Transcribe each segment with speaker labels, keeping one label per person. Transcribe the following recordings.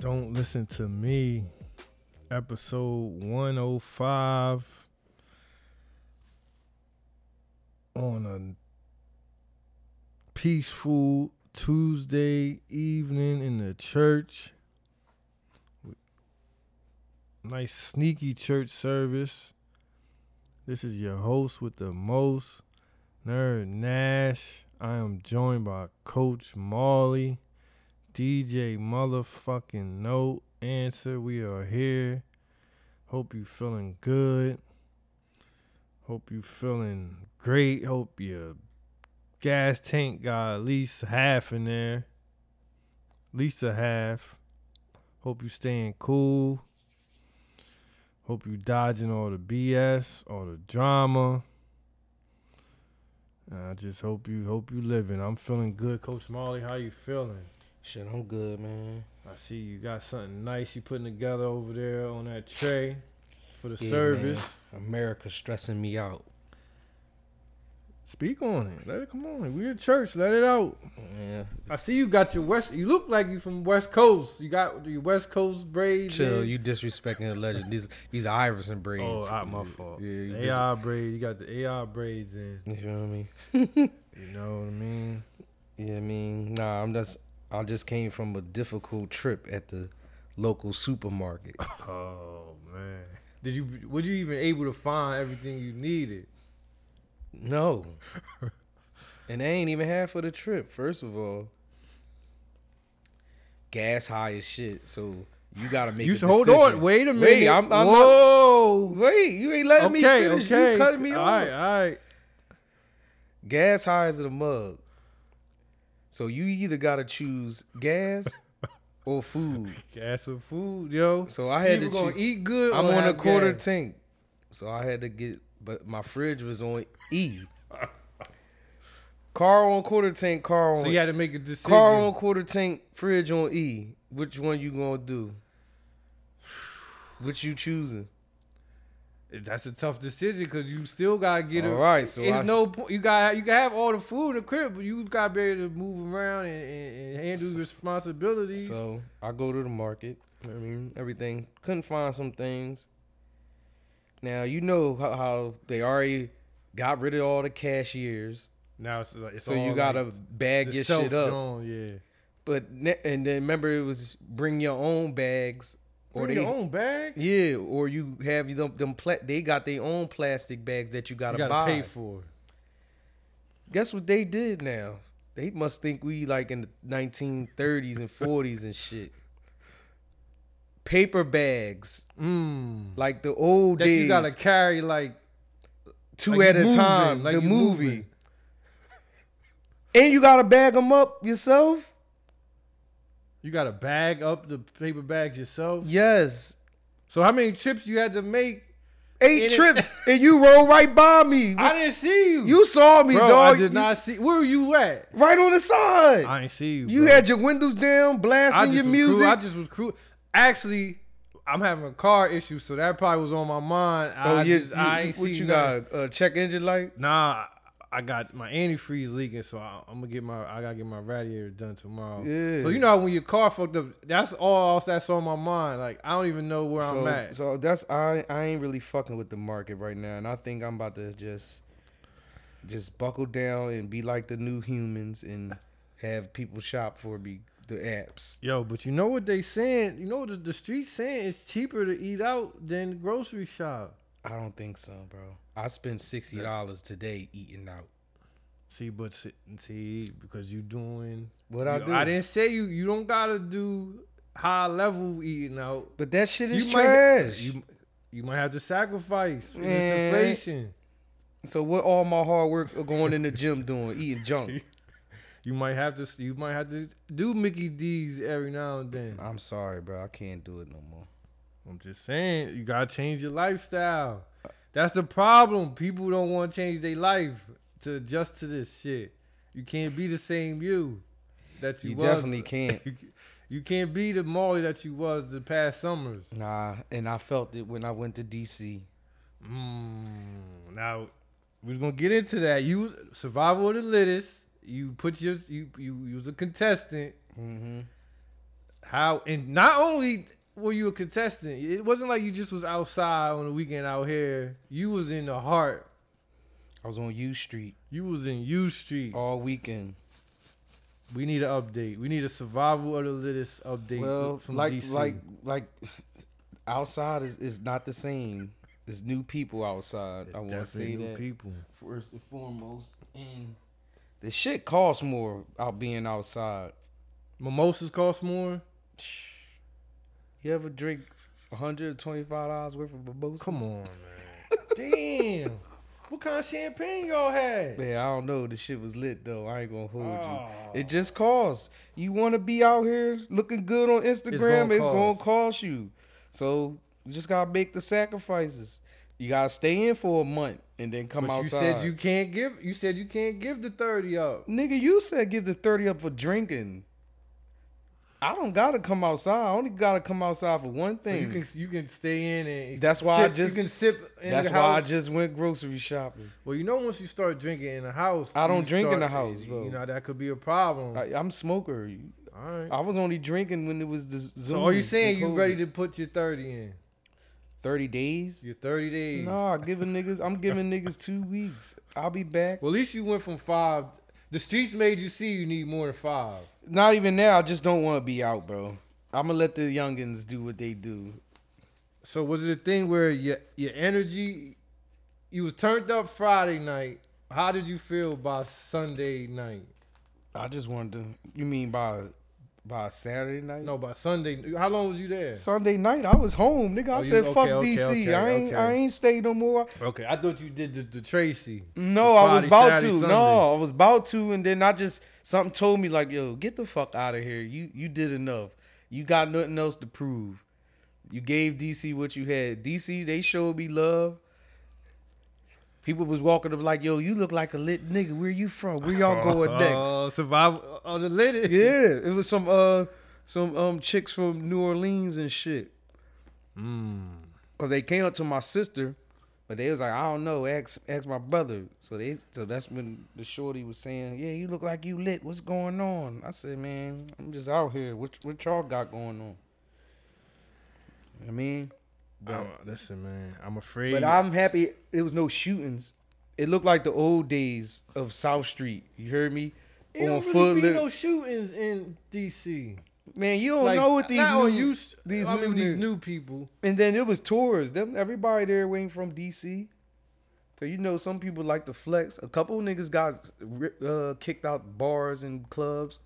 Speaker 1: Don't listen to me. Episode 105 on a peaceful Tuesday evening in the church. Nice sneaky church service. This is your host with the most, Nerd Nash. I am joined by Coach Marley, DJ Motherfucking No Answer. We are here. Hope you feeling good. Hope you feeling great. Hope your gas tank got at least half in there. At least a half. Hope you staying cool. Hope you dodging all the BS, all the drama. And I just hope you hope you living. I'm feeling good, Coach Marley. How you feeling?
Speaker 2: Shit, I'm good, man.
Speaker 1: I see you got something nice you putting together over there on that tray for the
Speaker 2: Yeah,
Speaker 1: service.
Speaker 2: man. America stressing me out.
Speaker 1: Speak on it. Let it come on. We in church. Let it out.
Speaker 2: Yeah.
Speaker 1: I see you got your West. You look like you from West Coast. You got your West Coast braids.
Speaker 2: Chill,
Speaker 1: in.
Speaker 2: you disrespecting the legend. These these Iverson
Speaker 1: Oh,
Speaker 2: braids.
Speaker 1: I, my fault.
Speaker 2: Yeah, you, dis-
Speaker 1: AI braids. You got the AI braids in.
Speaker 2: you feel me?
Speaker 1: You know what I mean?
Speaker 2: Yeah, I mean, nah, I'm just I just came from a difficult trip at the local supermarket.
Speaker 1: Oh man. Did you were you even able to find everything you needed?
Speaker 2: no. and they ain't even half of the trip, first of all. Gas high as shit, so you gotta make
Speaker 1: You
Speaker 2: a
Speaker 1: s- hold
Speaker 2: decision.
Speaker 1: on, wait a minute.
Speaker 2: Wait, I'm, I'm not-
Speaker 1: Whoa.
Speaker 2: Wait, you ain't letting me
Speaker 1: okay,
Speaker 2: finish.
Speaker 1: okay.
Speaker 2: You cutting me
Speaker 1: all
Speaker 2: off.
Speaker 1: right, all right.
Speaker 2: Gas high as a mug. So you either gotta choose gas or food.
Speaker 1: Gas with food, yo.
Speaker 2: So I had
Speaker 1: you
Speaker 2: to
Speaker 1: gonna
Speaker 2: choose.
Speaker 1: eat good.
Speaker 2: I'm
Speaker 1: or
Speaker 2: on a
Speaker 1: have
Speaker 2: quarter
Speaker 1: gas?
Speaker 2: tank, so I had to get. But my fridge was on E. Car on quarter tank. Car on. E.
Speaker 1: so you had to make a decision.
Speaker 2: car on quarter tank. Fridge on E. Which one you gonna do? Which you choosing?
Speaker 1: That's a tough decision because you still gotta get
Speaker 2: All
Speaker 1: it.
Speaker 2: right, so
Speaker 1: it's
Speaker 2: I-
Speaker 1: no point. You got you can have all the food in the crib, but you gotta be able to move around and, and, and handle your responsibilities.
Speaker 2: So I go to the market. I mean, everything. Couldn't find some things. Now you know how, how they already got rid of all the cashiers,
Speaker 1: now it's like it's
Speaker 2: so you
Speaker 1: all
Speaker 2: gotta
Speaker 1: like
Speaker 2: bag
Speaker 1: the
Speaker 2: your shit up.
Speaker 1: self-drawn, Yeah,
Speaker 2: But ne- and then remember it was bring your own bags, or
Speaker 1: Bring
Speaker 2: they
Speaker 1: your own bag.
Speaker 2: yeah, or you have them them pla- they got their own plastic bags that you gotta,
Speaker 1: you gotta pay
Speaker 2: buy.
Speaker 1: for. it.
Speaker 2: Guess what they did now? They must think we like in the 1930s and 40s and shit. Paper bags.
Speaker 1: Mm.
Speaker 2: like the old
Speaker 1: That
Speaker 2: days,
Speaker 1: you gotta carry like
Speaker 2: two
Speaker 1: like you
Speaker 2: at a
Speaker 1: moving,
Speaker 2: time,
Speaker 1: like
Speaker 2: the
Speaker 1: you
Speaker 2: movie,
Speaker 1: moving.
Speaker 2: and you gotta bag them up yourself.
Speaker 1: you gotta bag up the paper bags yourself.
Speaker 2: Yes,
Speaker 1: So how many trips you had to make?
Speaker 2: eight
Speaker 1: And it-
Speaker 2: trips, and you rolled right by me.
Speaker 1: I didn't see you.
Speaker 2: you saw me,
Speaker 1: bro,
Speaker 2: dog.
Speaker 1: I did not see. Where were you at?
Speaker 2: Right on the side.
Speaker 1: I ain't see you.
Speaker 2: you
Speaker 1: bro.
Speaker 2: had your windows down,
Speaker 1: I
Speaker 2: blasting
Speaker 1: just
Speaker 2: your
Speaker 1: was cru-
Speaker 2: music.
Speaker 1: I just was cru- Actually, I'm having a car issue, so that probably was on my mind.
Speaker 2: oh
Speaker 1: I
Speaker 2: yeah,
Speaker 1: just,
Speaker 2: you-
Speaker 1: I ain't
Speaker 2: what
Speaker 1: seen
Speaker 2: you
Speaker 1: nothing.
Speaker 2: got? Uh, check engine light.
Speaker 1: Nah, I got my antifreeze leaking, so I, I'm gonna get my I gotta get my radiator done tomorrow.
Speaker 2: Yeah.
Speaker 1: So you know how when your car fucked up, that's all else that's on my mind. Like I don't even know where I'm
Speaker 2: So,
Speaker 1: at.
Speaker 2: so that's I I ain't really fucking with the market right now, and I think I'm about to just just buckle down and be like the new humans and have people shop for me the apps.
Speaker 1: Yo, but you know what they saying? You know what the, the streets saying? It's cheaper to eat out than the grocery shop.
Speaker 2: I don't think so, bro. I spent sixty dollars today eating out.
Speaker 1: See, but see- see, because you doing
Speaker 2: What I
Speaker 1: You-
Speaker 2: do?
Speaker 1: I didn't say you. You don't gotta do high level eating out.
Speaker 2: But that shit is
Speaker 1: you
Speaker 2: trash.
Speaker 1: Might, you, you might have to sacrifice for this
Speaker 2: Man.
Speaker 1: inflation.
Speaker 2: so what? All my hard work of going in the gym doing eating junk.
Speaker 1: You might have to. You might have to do Mickey D's every now and then.
Speaker 2: I'm sorry, bro. I can't do it no more.
Speaker 1: I'm just saying, you gotta change your lifestyle. That's the problem. People don't want to change their life to adjust to this shit. You can't be the same you that you,
Speaker 2: You
Speaker 1: was.
Speaker 2: definitely can't.
Speaker 1: You, you can't be the Molly that you was the past summers.
Speaker 2: Nah, and I felt it when I went to DC.
Speaker 1: Mm, now we're gonna get into that. You was- survival of the littest. You put your you you, you was a contestant.
Speaker 2: Mm-hmm.
Speaker 1: How and not only were you a contestant, it wasn't like you just was outside on the weekend out here. You was in the heart.
Speaker 2: I was on U Street
Speaker 1: You was in U Street.
Speaker 2: all weekend.
Speaker 1: We need an update. We need a survival of the littest update
Speaker 2: Well,
Speaker 1: from
Speaker 2: like
Speaker 1: DC.
Speaker 2: like like outside is, is not the same. There's new people outside. I want to say
Speaker 1: Definitely new
Speaker 2: that
Speaker 1: people.
Speaker 2: first and foremost, and the shit costs more out being outside.
Speaker 1: Mimosas cost more.
Speaker 2: You ever drink one hundred twenty five dollars worth of mimosas?
Speaker 1: Come on, man. Damn. What kind of champagne y'all had?
Speaker 2: Man, I don't know. The shit was lit though. I ain't gonna hold
Speaker 1: Oh.
Speaker 2: you. It just costs. You want to be out here looking good on Instagram?
Speaker 1: gonna
Speaker 2: It's gonna,
Speaker 1: cost.
Speaker 2: cost you. So you just gotta make the sacrifices. You gotta stay in for a month and then come
Speaker 1: But you
Speaker 2: outside.
Speaker 1: said you can't give. You said you can't give the thirty up.
Speaker 2: nigga, you said give the thirty up for drinking. I don't gotta come outside. I only gotta come outside for one
Speaker 1: So
Speaker 2: thing.
Speaker 1: you can you can stay in and
Speaker 2: That's why I
Speaker 1: sip-
Speaker 2: just-
Speaker 1: you can sip. In
Speaker 2: That's
Speaker 1: the
Speaker 2: why I
Speaker 1: house.
Speaker 2: just went grocery shopping.
Speaker 1: Well, you know, once you start drinking in the house,
Speaker 2: I don't
Speaker 1: you
Speaker 2: drink in
Speaker 1: start-
Speaker 2: the house,
Speaker 1: you-
Speaker 2: bro.
Speaker 1: You know that could be a problem.
Speaker 2: I, I'm smoker.
Speaker 1: all right.
Speaker 2: I was only drinking when it was the Zoom.
Speaker 1: so are you saying you ready to put your thirty in?
Speaker 2: thirty days?
Speaker 1: Your thirty days?
Speaker 2: Nah, giving niggas. I'm giving niggas two weeks. I'll be back.
Speaker 1: Well, at least you went from five. The streets made you see you need more than five.
Speaker 2: Not even now. I just don't want to be out, bro. I'm gonna let the youngins do what they do.
Speaker 1: So was it a thing where your your energy, you was turned up Friday night. How did you feel by Sunday night?
Speaker 2: I just wanted to. You mean by by Saturday night?
Speaker 1: No, by Sunday. How long was you there?
Speaker 2: Sunday night. I was home, nigga. I
Speaker 1: Oh, you-
Speaker 2: said,
Speaker 1: okay,
Speaker 2: "Fuck
Speaker 1: okay,
Speaker 2: DC.
Speaker 1: okay,
Speaker 2: I ain't.
Speaker 1: okay.
Speaker 2: I ain't stay no more."
Speaker 1: Okay, I thought you did the, the Tracy.
Speaker 2: No,
Speaker 1: The
Speaker 2: I was
Speaker 1: Friday,
Speaker 2: about
Speaker 1: Saturday,
Speaker 2: to.
Speaker 1: Sunday.
Speaker 2: No, I was about to, and then I just something told me like, "Yo, get the fuck out of here. You you did enough. You got nothing else to prove. You gave DC what you had. DC they showed me love. People was walking up like, "Yo, you look like a lit nigga. Where you from? Where y'all going next?"
Speaker 1: Oh, survival on the lit.
Speaker 2: Yeah, it was some uh some um chicks from New Orleans and shit.
Speaker 1: Mm.
Speaker 2: Cause they came up to my sister, but they was like, I don't know, ask ask my brother. So they so that's when the shorty was saying, Yeah, you look like you lit. What's going on? I said, Man, I'm just out here. What what y'all got going on? I mean,
Speaker 1: I'm- listen, man, I'm afraid.
Speaker 2: but I'm happy it was no shootings. It looked like the old days of South Street. You heard me?
Speaker 1: it don't
Speaker 2: foot
Speaker 1: really be
Speaker 2: lit-
Speaker 1: no shootings in DC.
Speaker 2: man, you don't
Speaker 1: Like,
Speaker 2: know what these
Speaker 1: not on
Speaker 2: new-
Speaker 1: you st-
Speaker 2: these
Speaker 1: I
Speaker 2: new
Speaker 1: mean, these
Speaker 2: niggas-
Speaker 1: new people.
Speaker 2: And then it was tours. Them everybody there went from DC. So you know some people like to flex. A couple niggas got uh, kicked out bars and clubs.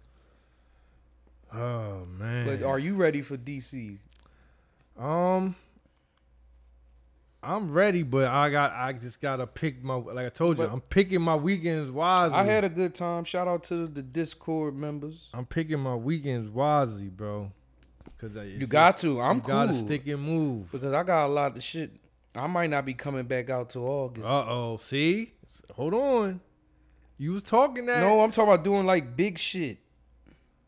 Speaker 1: Oh man.
Speaker 2: But are you ready for DC?
Speaker 1: Um, I'm ready, but I got I just gotta pick my like I told you,
Speaker 2: But-
Speaker 1: I'm picking my weekends wisely.
Speaker 2: I had a good time. Shout out to the Discord members.
Speaker 1: I'm picking my weekends wisely, bro. Cause I,
Speaker 2: You got to. I'm
Speaker 1: you
Speaker 2: cool
Speaker 1: gotta stick and move.
Speaker 2: because I got a lot of shit. I might not be coming back out till August.
Speaker 1: Uh oh, see, hold on. You was talking that,
Speaker 2: no, I'm talking about doing like big shit.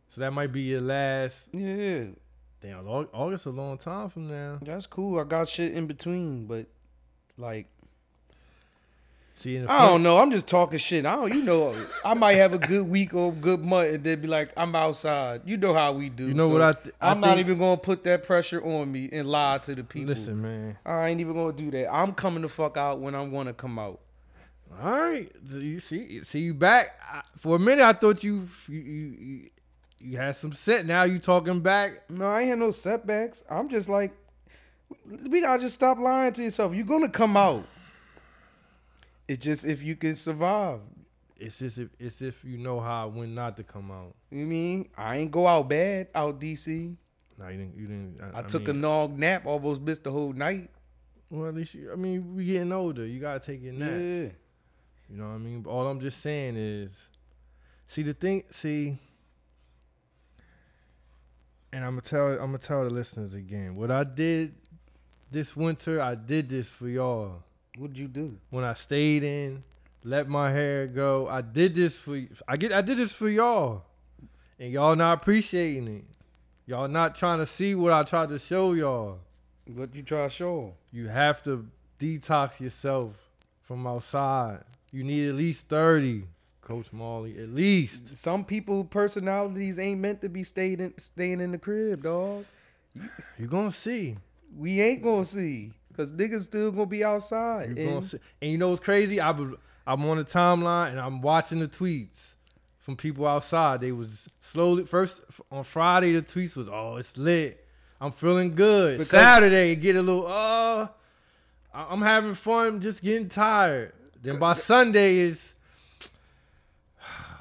Speaker 1: so that might be your last.
Speaker 2: Yeah,
Speaker 1: Damn, Au- August a long time from now.
Speaker 2: that's cool. I got shit in between, but like
Speaker 1: See, in the
Speaker 2: I don't know. I'm just talking shit. I don't, you know, I might have a good week or a good month and then be like, I'm outside. You know how we do.
Speaker 1: You know what I th- I
Speaker 2: am not
Speaker 1: think-
Speaker 2: even going to put that pressure on me and lie to the people.
Speaker 1: Listen, man.
Speaker 2: I ain't even going to do that. I'm coming the fuck out when I want to come out.
Speaker 1: All right, so you see, see you back. I, for a minute, I thought you you, you you you had some set. Now you talking back.
Speaker 2: No, I ain't had no setbacks. I'm just like, we got to just stop lying to yourself. You're going to come out. It's just if you can survive.
Speaker 1: It's as if it's if you know how when not to come out.
Speaker 2: You mean I ain't go out bad out DC.
Speaker 1: No, you didn't. You didn't.
Speaker 2: I, took
Speaker 1: mean,
Speaker 2: a nog nap, almost missed the whole night.
Speaker 1: Well, at least you, I mean we getting older. You gotta take your nap.
Speaker 2: Yeah.
Speaker 1: You know what I mean? But all I'm just saying is, see the thing, see, and I'm gonna tell I'm gonna tell the listeners again what I did this winter. I did this for y'all.
Speaker 2: What'd you do?
Speaker 1: when I stayed in, let my hair go. I did this for I get I did this for y'all. And y'all not appreciating it. Y'all not trying to see what I tried to show y'all.
Speaker 2: What you try to show?
Speaker 1: You have to detox yourself from outside. You need at least 30. Coach Marley, at least.
Speaker 2: Some people personalities ain't meant to be stayed in, staying in the crib, dog.
Speaker 1: You're gonna see.
Speaker 2: We ain't gonna see because niggas still gonna be outside.
Speaker 1: You're
Speaker 2: and-
Speaker 1: gonna see. And you know what's crazy? I was I'm on the timeline and I'm watching the tweets from people outside. They was slowly first on Friday the tweets was oh it's lit. I'm feeling good.
Speaker 2: Because-
Speaker 1: Saturday it get a little uh I- I'm having fun, just getting tired. Then by Sunday is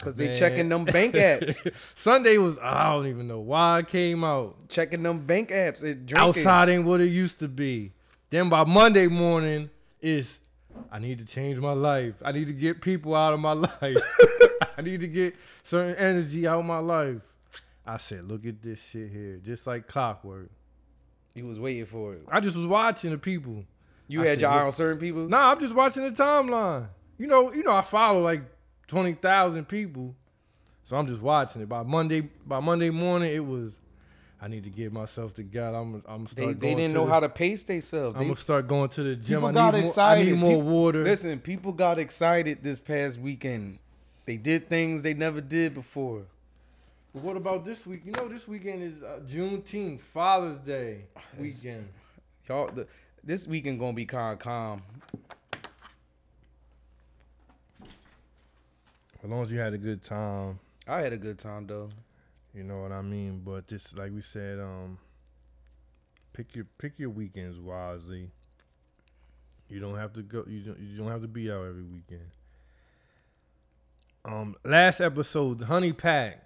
Speaker 2: Cause they
Speaker 1: Man.
Speaker 2: checking them bank apps,
Speaker 1: Sunday was I don't even know why it came out.
Speaker 2: checking them bank apps and drinking.
Speaker 1: outside ain't what it used to be. Then by Monday morning is I need to change my life. I need to get people out of my life. I need to get certain energy out of my life. I said, look at this shit here, just like clockwork.
Speaker 2: you was waiting for it.
Speaker 1: I just was watching the people.
Speaker 2: You
Speaker 1: I
Speaker 2: had
Speaker 1: said,
Speaker 2: your eye
Speaker 1: look-
Speaker 2: on certain people.
Speaker 1: Nah, I'm just watching the timeline. You know, you know, I follow like twenty thousand people, so I'm just watching it. By Monday, by Monday morning, it was. I need to get myself together. I'm, I'm
Speaker 2: they
Speaker 1: start
Speaker 2: they
Speaker 1: going
Speaker 2: didn't
Speaker 1: to
Speaker 2: know
Speaker 1: the-
Speaker 2: how to pace themselves.
Speaker 1: I'm
Speaker 2: They,
Speaker 1: gonna start going to the gym.
Speaker 2: people
Speaker 1: I need,
Speaker 2: got
Speaker 1: more, I
Speaker 2: excited.
Speaker 1: need more
Speaker 2: People-
Speaker 1: water.
Speaker 2: listen, people got excited this past weekend. They did things they never did before.
Speaker 1: But what about this week? You know, this weekend is uh, Juneteenth, Father's Day weekend.
Speaker 2: Y'all, the, this weekend gonna be kind of calm.
Speaker 1: As long as you had a good time,
Speaker 2: I had a good time though.
Speaker 1: you know what I mean. But just like we said, um, pick your pick your weekends wisely. You don't have to go. You don't. You don't have to be out every weekend. Um, last episode, the Honey Pack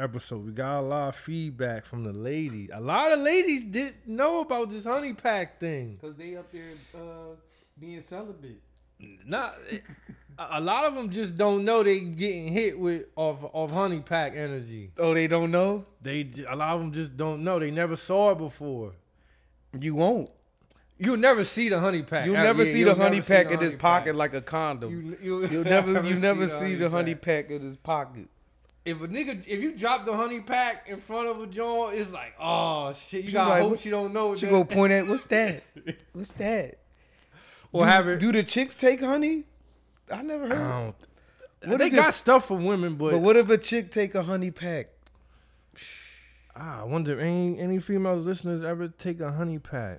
Speaker 1: episode, we got a lot of feedback from the ladies. A lot of ladies didn't know about this Honey Pack thing.
Speaker 2: Cause they up there uh, being celibate.
Speaker 1: Not a a lot of them just don't know they getting hit with off off honey pack energy.
Speaker 2: Oh, they don't know.
Speaker 1: They j- a lot of them just don't know. They never saw it before.
Speaker 2: You won't.
Speaker 1: You'll never see the honey pack.
Speaker 2: You'll
Speaker 1: Uh,
Speaker 2: never
Speaker 1: yeah,
Speaker 2: see
Speaker 1: you'll
Speaker 2: the honey
Speaker 1: never see
Speaker 2: pack
Speaker 1: the
Speaker 2: in his
Speaker 1: honey
Speaker 2: pocket
Speaker 1: pack.
Speaker 2: like a condom. You,
Speaker 1: You, you,
Speaker 2: will never, you never see the honey pack in his pocket.
Speaker 1: If a nigga, if you drop the honey pack in front of a joint, it's like, oh shit. You
Speaker 2: She
Speaker 1: gotta
Speaker 2: like,
Speaker 1: hope
Speaker 2: what-
Speaker 1: she don't know.
Speaker 2: She
Speaker 1: that.
Speaker 2: go point at what's that? What's that?
Speaker 1: or
Speaker 2: do,
Speaker 1: have it.
Speaker 2: Do the chicks take honey? I never
Speaker 1: I
Speaker 2: heard.
Speaker 1: don't-
Speaker 2: What
Speaker 1: they
Speaker 2: if it-
Speaker 1: got stuff for women, but,
Speaker 2: But what if a chick take a honey pack?
Speaker 1: Ah, I wonder any any female listeners ever take a honey pack.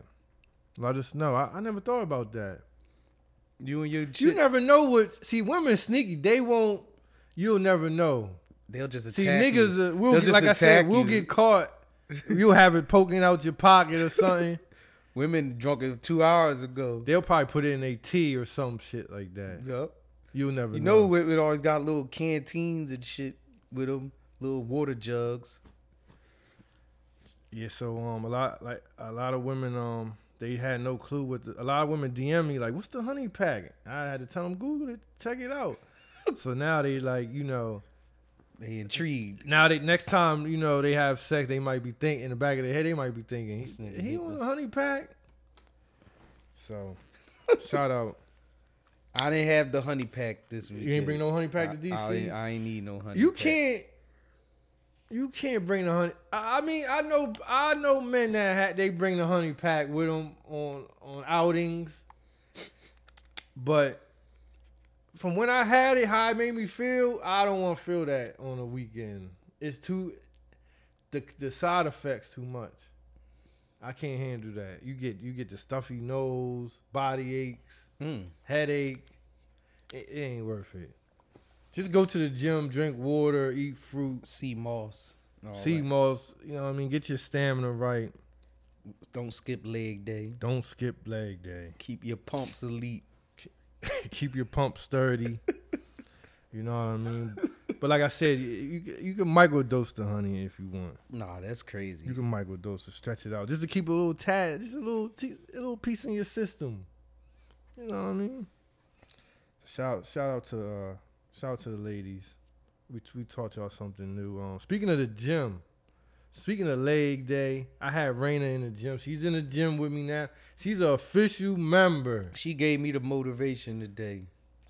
Speaker 1: Let us know. I, I never thought about that.
Speaker 2: You and your
Speaker 1: You
Speaker 2: chick,
Speaker 1: never know what. See, women sneaky. They won't. You'll never know.
Speaker 2: they'll just attack
Speaker 1: See,
Speaker 2: you.
Speaker 1: niggas, uh, we'll
Speaker 2: They'll
Speaker 1: get,
Speaker 2: just
Speaker 1: like I said,
Speaker 2: attack
Speaker 1: we'll
Speaker 2: you.
Speaker 1: get caught. You'll have it poking out your pocket or something.
Speaker 2: Women drunk it two hours ago.
Speaker 1: They'll probably put it in a tea or some shit like that.
Speaker 2: Yup.
Speaker 1: You'll never
Speaker 2: You know,
Speaker 1: know.
Speaker 2: women always got little canteens and shit with them, little water jugs.
Speaker 1: Yeah. So um, a lot like a lot of women um, they had no clue what. The, a lot of women DM me like, "What's the honey pack?" I had to tell them Google it, check it out. so now they like you know.
Speaker 2: They intrigued.
Speaker 1: Now they next time you know they have sex, they might be thinking in the back of their head, they might be thinking
Speaker 2: This nigga
Speaker 1: he, he
Speaker 2: hit
Speaker 1: on a honey pack. So shout out,
Speaker 2: I didn't have the honey pack this week.
Speaker 1: you ain't bring no honey pack to
Speaker 2: I, I, ain't-
Speaker 1: DC.
Speaker 2: I ain't need no honey.
Speaker 1: you
Speaker 2: pack.
Speaker 1: can't, you can't bring the honey. I I mean, I know, I know men that ha, they bring the honey pack with them on on outings, but from when I had it, how it made me feel, I don't want to feel that on a weekend. It's too the the side effects too much. I can't handle that. You get you get the stuffy nose, body aches,
Speaker 2: Mm.
Speaker 1: headache. It, it ain't worth it. Just go to the gym, drink water, eat fruit,
Speaker 2: Sea moss. and all
Speaker 1: sea
Speaker 2: that.
Speaker 1: moss. You know what I mean? Get your stamina right.
Speaker 2: Don't skip leg day.
Speaker 1: Don't skip leg day.
Speaker 2: Keep your pumps elite.
Speaker 1: keep your pump sturdy. you know what I mean? But like I said, you you, you can microdose the honey if you want.
Speaker 2: Nah, that's crazy.
Speaker 1: You can microdose it, stretch it out, just to keep a little tad, just a little, t- a little piece in your system. You know what I mean? Shout, shout out to, uh, shout out to the ladies. We we taught y'all something new. Um, speaking of the gym, speaking of leg day, I had Raina in the gym. She's in the gym with me now. She's an official member.
Speaker 2: she gave me the motivation today.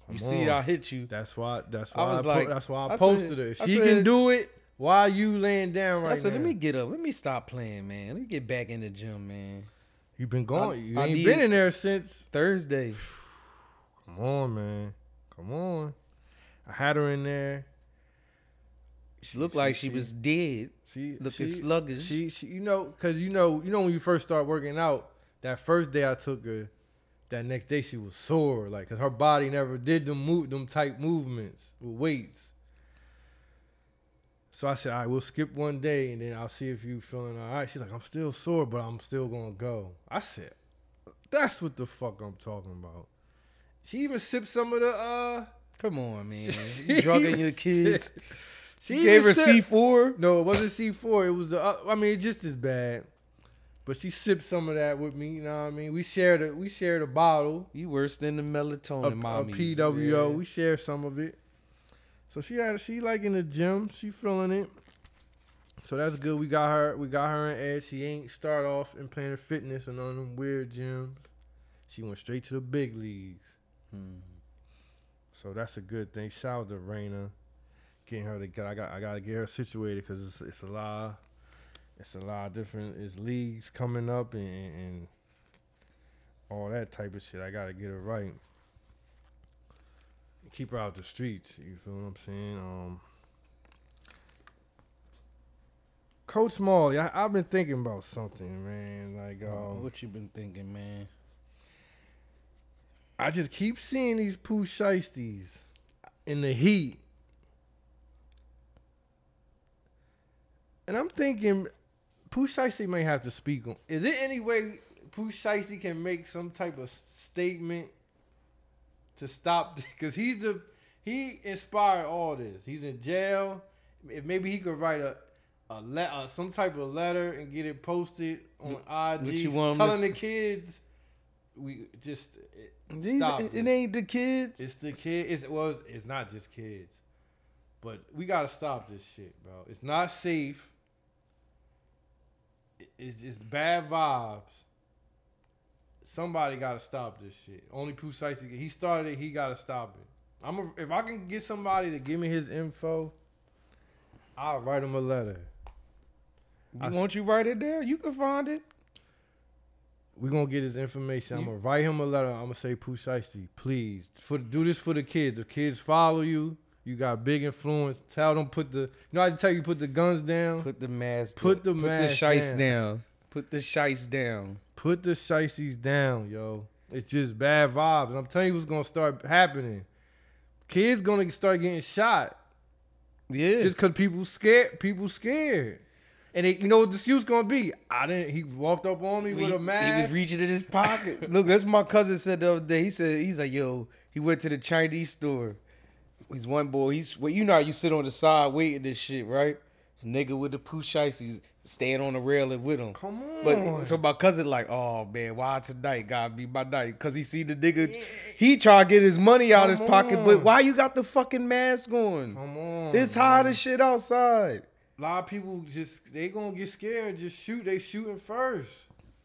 Speaker 1: Come
Speaker 2: you see,
Speaker 1: on.
Speaker 2: I hit you.
Speaker 1: That's why. That's
Speaker 2: I
Speaker 1: why. I
Speaker 2: was
Speaker 1: po-
Speaker 2: like-
Speaker 1: that's why I,
Speaker 2: I said-
Speaker 1: posted her. If
Speaker 2: I
Speaker 1: she can
Speaker 2: said-
Speaker 1: do it, why are you laying down right
Speaker 2: I said,
Speaker 1: now?
Speaker 2: let me get up. Let me stop playing, man. Let me get back in the gym, man.
Speaker 1: You've been gone.
Speaker 2: I-
Speaker 1: you
Speaker 2: I
Speaker 1: ain't
Speaker 2: need-
Speaker 1: been in there since.
Speaker 2: Thursday.
Speaker 1: Come on, man. Come on. I had her in there.
Speaker 2: She looked like she, was dead,
Speaker 1: she
Speaker 2: looking
Speaker 1: she-
Speaker 2: sluggish.
Speaker 1: She, she, you know, cause you know, you know when you first start working out, that first day I took her, that next day she was sore, like, cause her body never did them move, them type movements with weights. So I said, all right, we'll skip one day and then I'll see if you feeling all right. She's like, I'm still sore, but I'm still gonna go. I said, that's what the fuck I'm talking about. She even sipped some of the uh.
Speaker 2: Come on, man.
Speaker 1: she
Speaker 2: You drugging your
Speaker 1: even
Speaker 2: kids.
Speaker 1: sipped-
Speaker 2: She gave
Speaker 1: even
Speaker 2: her
Speaker 1: sipped-
Speaker 2: C four.
Speaker 1: no, it wasn't C four. It was the. Uh, I mean, it's just as bad. But she sipped some of that with me. You know what I mean? We shared a we shared a bottle
Speaker 2: You worse than the melatonin
Speaker 1: of, of
Speaker 2: mommies.
Speaker 1: PWO.
Speaker 2: man.
Speaker 1: We shared some of it. So she had she like in the gym. She feeling it. So that's good. We got her. We got her in Ed. She ain't start off in Planet Fitness and on them weird gyms. She went straight to the big leagues.
Speaker 2: Hmm.
Speaker 1: So that's a good thing. Shout out to Raina, getting her to get. I got. I gotta get her situated because it's, it's a lot. It's a lot of different. It's leagues coming up and, and, and all that type of shit. I gotta get her right. Keep her out the streets. You feel what I'm saying? Um, Coach Molly, I, I've been thinking about something, man. Like, um,
Speaker 2: what you been thinking, man?
Speaker 1: I just keep seeing these poo shiesties in the heat. And I'm thinking Pooh Shiesty may have to speak on. Is there any way Pooh Shiesty can make some type of statement to stop because he's the he inspired all this. He's in jail. If maybe he could write a a le- uh, some type of letter and get it posted on IG
Speaker 2: you want him to
Speaker 1: telling
Speaker 2: s-
Speaker 1: the kids we just it,
Speaker 2: These,
Speaker 1: stop
Speaker 2: it,
Speaker 1: this.
Speaker 2: it ain't the kids.
Speaker 1: It's the kid. It's well. It's, it's not just kids, but we gotta stop this shit, bro. It's not safe. It- It's just bad vibes. Somebody gotta stop this shit. Only Pooh Sites. He started it. He gotta stop it. I'm. A, if I can get somebody to give me his info, I'll write him a letter. I
Speaker 2: I want you right in there. You can find it.
Speaker 1: we gonna get his information. I'm gonna write him a letter. I'm gonna say, Pooh Shiesty, please for do this for the kids. The kids follow you. You got big influence. Tell them put the you know I tell you put the guns down. Put,
Speaker 2: Put the mask.
Speaker 1: Put the
Speaker 2: down.
Speaker 1: mask
Speaker 2: Put the shice
Speaker 1: down.
Speaker 2: down. Put the shice down.
Speaker 1: the Shiesties down, yo. It's just bad vibes. And I'm telling you what's gonna start happening. Kids gonna start getting shot
Speaker 2: Yeah.
Speaker 1: just cause people scared. People scared. And they, you know what the excuse gonna be? I didn't. He walked up on me
Speaker 2: he,
Speaker 1: with a mask.
Speaker 2: he was reaching in his pocket. Look, that's what my cousin said the other day. He said he's like, yo, he went to the Chinese store. He's one boy. He's well, you know how you sit on the side waiting this shit, right? nigga with the poo shice, he's staying on the railing with him.
Speaker 1: Come on.
Speaker 2: But so my cousin like, oh man, why tonight? God be my night, cause he see the nigga. He try to get his money out his
Speaker 1: Come
Speaker 2: pocket, but
Speaker 1: on.
Speaker 2: why you got the fucking mask on?
Speaker 1: Come on.
Speaker 2: It's hot as shit outside.
Speaker 1: a lot of people just they gonna get scared and just shoot. They shooting first.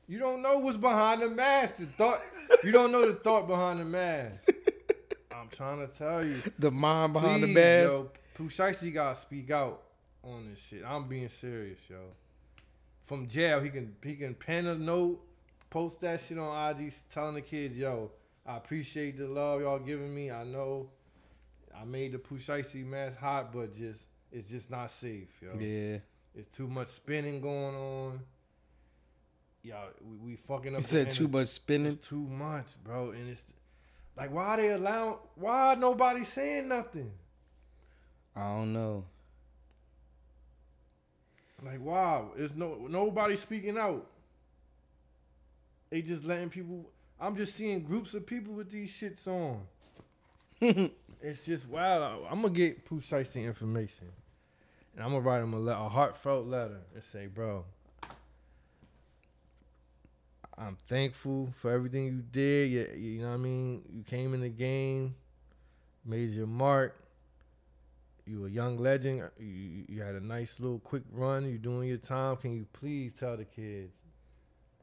Speaker 1: You don't know what's behind the mask. The thought you don't know the thought behind the mask. I'm trying to tell you.
Speaker 2: The mind behind the
Speaker 1: Please,
Speaker 2: mask.
Speaker 1: yo, Pusheisty gotta speak out on this shit. I'm being serious, yo. From jail, he can he can pen a note, post that shit on IG, telling the kids, yo, I appreciate the love y'all giving me. I know I made the Pusheisty mask hot, but just it's just not safe, yo.
Speaker 2: Yeah.
Speaker 1: It's too much spinning going on. Y'all, we, we fucking up.
Speaker 2: He
Speaker 1: the
Speaker 2: said too
Speaker 1: energy.
Speaker 2: much spinning.
Speaker 1: It's too much, bro. And it's like, why they allowing? Why nobody saying nothing?
Speaker 2: I don't know.
Speaker 1: Like, wow, it's no nobody speaking out. They just letting people. I'm just seeing groups of people with these shits on. it's just wow. I'm gonna get Pooh Shiesty information, and I'm gonna write him a, le- a heartfelt letter and say, bro. I'm thankful for everything you did. You, you know what I mean? You came in the game, made your mark you a young legend. You- You, you had a nice little quick run. You doing your time. Can you please tell the kids?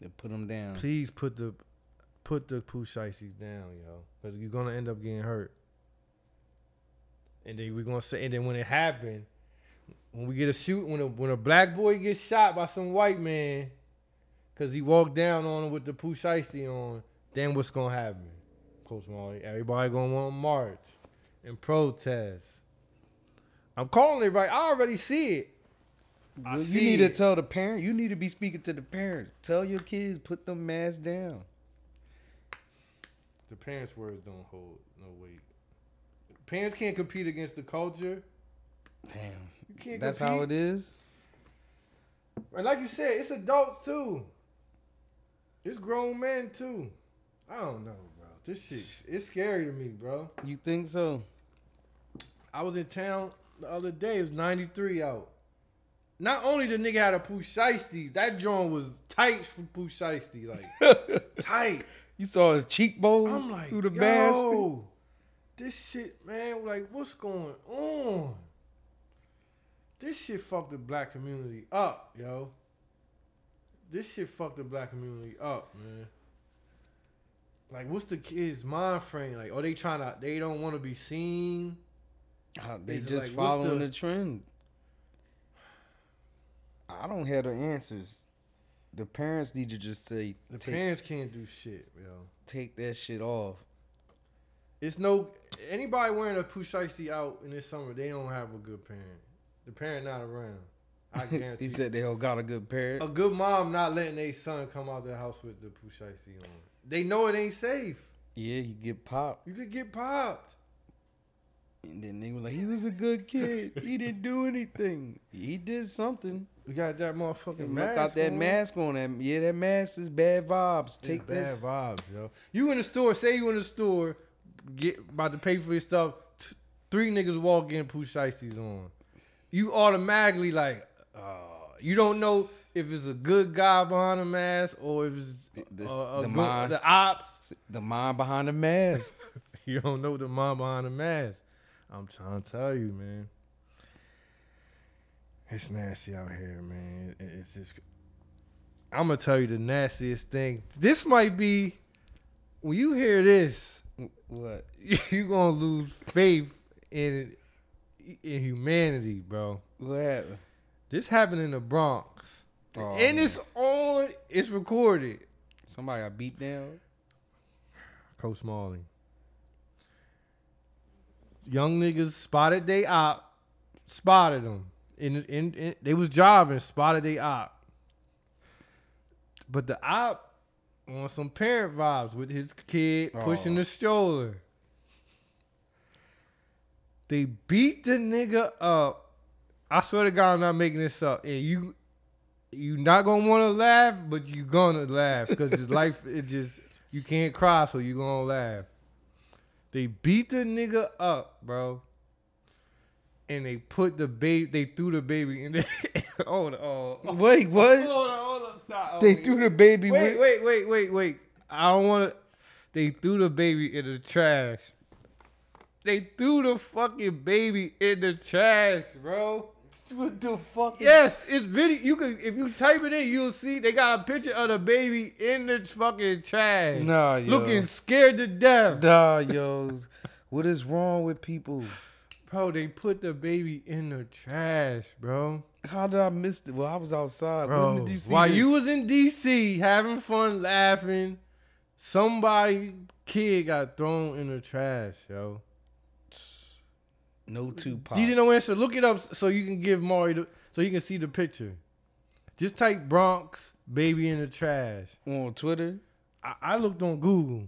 Speaker 2: They put him down.
Speaker 1: Please put the put the poo shiesties down, yo, because you're gonna end up getting hurt. And then we're gonna say, and then when it happened, when we get a shoot, when a when a black boy gets shot by some white man, cause he walked down on him with the poo shiesty on, then what's gonna happen? Coach Molly, everybody gonna want to march and protest. I'm calling it right. I already see it. I
Speaker 2: Well, you
Speaker 1: see
Speaker 2: need to
Speaker 1: it.
Speaker 2: tell the parent. You need to be speaking to the parents. Tell your kids put them masks down.
Speaker 1: The parents' words don't hold no weight. Parents can't compete against the culture.
Speaker 2: Damn,
Speaker 1: You can't
Speaker 2: that's
Speaker 1: compete.
Speaker 2: how it is.
Speaker 1: And like you said, it's adults too. It's grown men too. I don't know, bro. This shit, it's scary to me, bro.
Speaker 2: You think so?
Speaker 1: I was in town the other day. It was 93 out. Not only the nigga had a poo shiesty, that joint was tight for poo shiesty, like tight.
Speaker 2: you saw his cheekbone
Speaker 1: I'm like,
Speaker 2: through the mask.
Speaker 1: yo, this shit, man. Like, what's going on? This shit fucked the black community up, yo. This shit fucked the black community up, man. Like, what's the kids' mind frame? Like, are they trying to? They don't want to be seen.
Speaker 2: Uh, They
Speaker 1: Is it
Speaker 2: just
Speaker 1: like, what's
Speaker 2: following
Speaker 1: the-
Speaker 2: the... trend. I don't have the answers. The parents need to just say
Speaker 1: The
Speaker 2: take,
Speaker 1: parents can't do shit, yo.
Speaker 2: take that shit off.
Speaker 1: It's no anybody wearing a Pusheisty out in this summer. They don't have a good parent. The parent not around. I guarantee.
Speaker 2: he said they all got a good parent.
Speaker 1: a good mom not letting their son come out the house with the Pusheisty on. They know it ain't safe.
Speaker 2: Yeah, you get popped.
Speaker 1: You could get popped.
Speaker 2: And then they were like, he was a good kid. he didn't do anything. He did something.
Speaker 1: You got that motherfucking
Speaker 2: Look
Speaker 1: mask.
Speaker 2: out that
Speaker 1: on.
Speaker 2: mask on him. Yeah, that mask is bad vibes.
Speaker 1: It's
Speaker 2: Take
Speaker 1: bad
Speaker 2: that.
Speaker 1: vibes, yo. You in the store? Say you in the store, get about to pay for your stuff. T- three niggas walk in, Pusheisties on. You automatically like, uh, you don't know if it's a good guy behind the mask or if it's
Speaker 2: This-
Speaker 1: uh, a
Speaker 2: the
Speaker 1: good-
Speaker 2: mind.
Speaker 1: the ops.
Speaker 2: The mind behind the mask.
Speaker 1: You don't know the mind behind the mask. I'm trying to tell you, man. It's nasty out here, man. It- It's just. I'm gonna tell you the nastiest thing. This might be when you hear this,
Speaker 2: what?
Speaker 1: you gonna lose faith in in humanity, bro.
Speaker 2: What happened?
Speaker 1: This happened in the Bronx,
Speaker 2: Oh,
Speaker 1: and it's on. It's recorded.
Speaker 2: somebody got beat down.
Speaker 1: Coach Smalling. Young niggas spotted they op, spotted them. In, in, in they was driving, spotted they op. But the op on some parent vibes with his kid pushing
Speaker 2: Oh.
Speaker 1: the stroller. They beat the nigga up. I swear to God, I'm not making this up. And you, you not gonna want to laugh, but you gonna laugh because it's life. It just you can't cry, so you gonna laugh. They beat the nigga up, bro. And they put the baby. They threw the baby in the. hold on, hold on,
Speaker 2: Wait, what?
Speaker 1: hold on, hold on, stop.
Speaker 2: They
Speaker 1: Hold on.
Speaker 2: threw the baby.
Speaker 1: Wait,
Speaker 2: with-
Speaker 1: wait, wait, wait, wait. I don't want to. They threw the baby in the trash. They threw the fucking baby in the trash, bro.
Speaker 2: What the fuck? is-
Speaker 1: Yes, it's video. You can if you type it in, you'll see they got a picture of the baby in the fucking trash,
Speaker 2: Nah, yo.
Speaker 1: looking scared to death.
Speaker 2: Nah, yo. What is wrong with people?
Speaker 1: Bro, they put the baby in the trash, bro.
Speaker 2: How did I miss it? Well, I was outside. when
Speaker 1: Bro,
Speaker 2: did you see
Speaker 1: while
Speaker 2: this?
Speaker 1: you was in DC having fun, laughing, somebody kid got thrown in the trash, yo.
Speaker 2: no Tupac.
Speaker 1: DJ No Answer. Look it up so you can give Mari the, so you can see the picture. Just type Bronx baby in the trash.
Speaker 2: on Twitter?
Speaker 1: I, I looked on Google,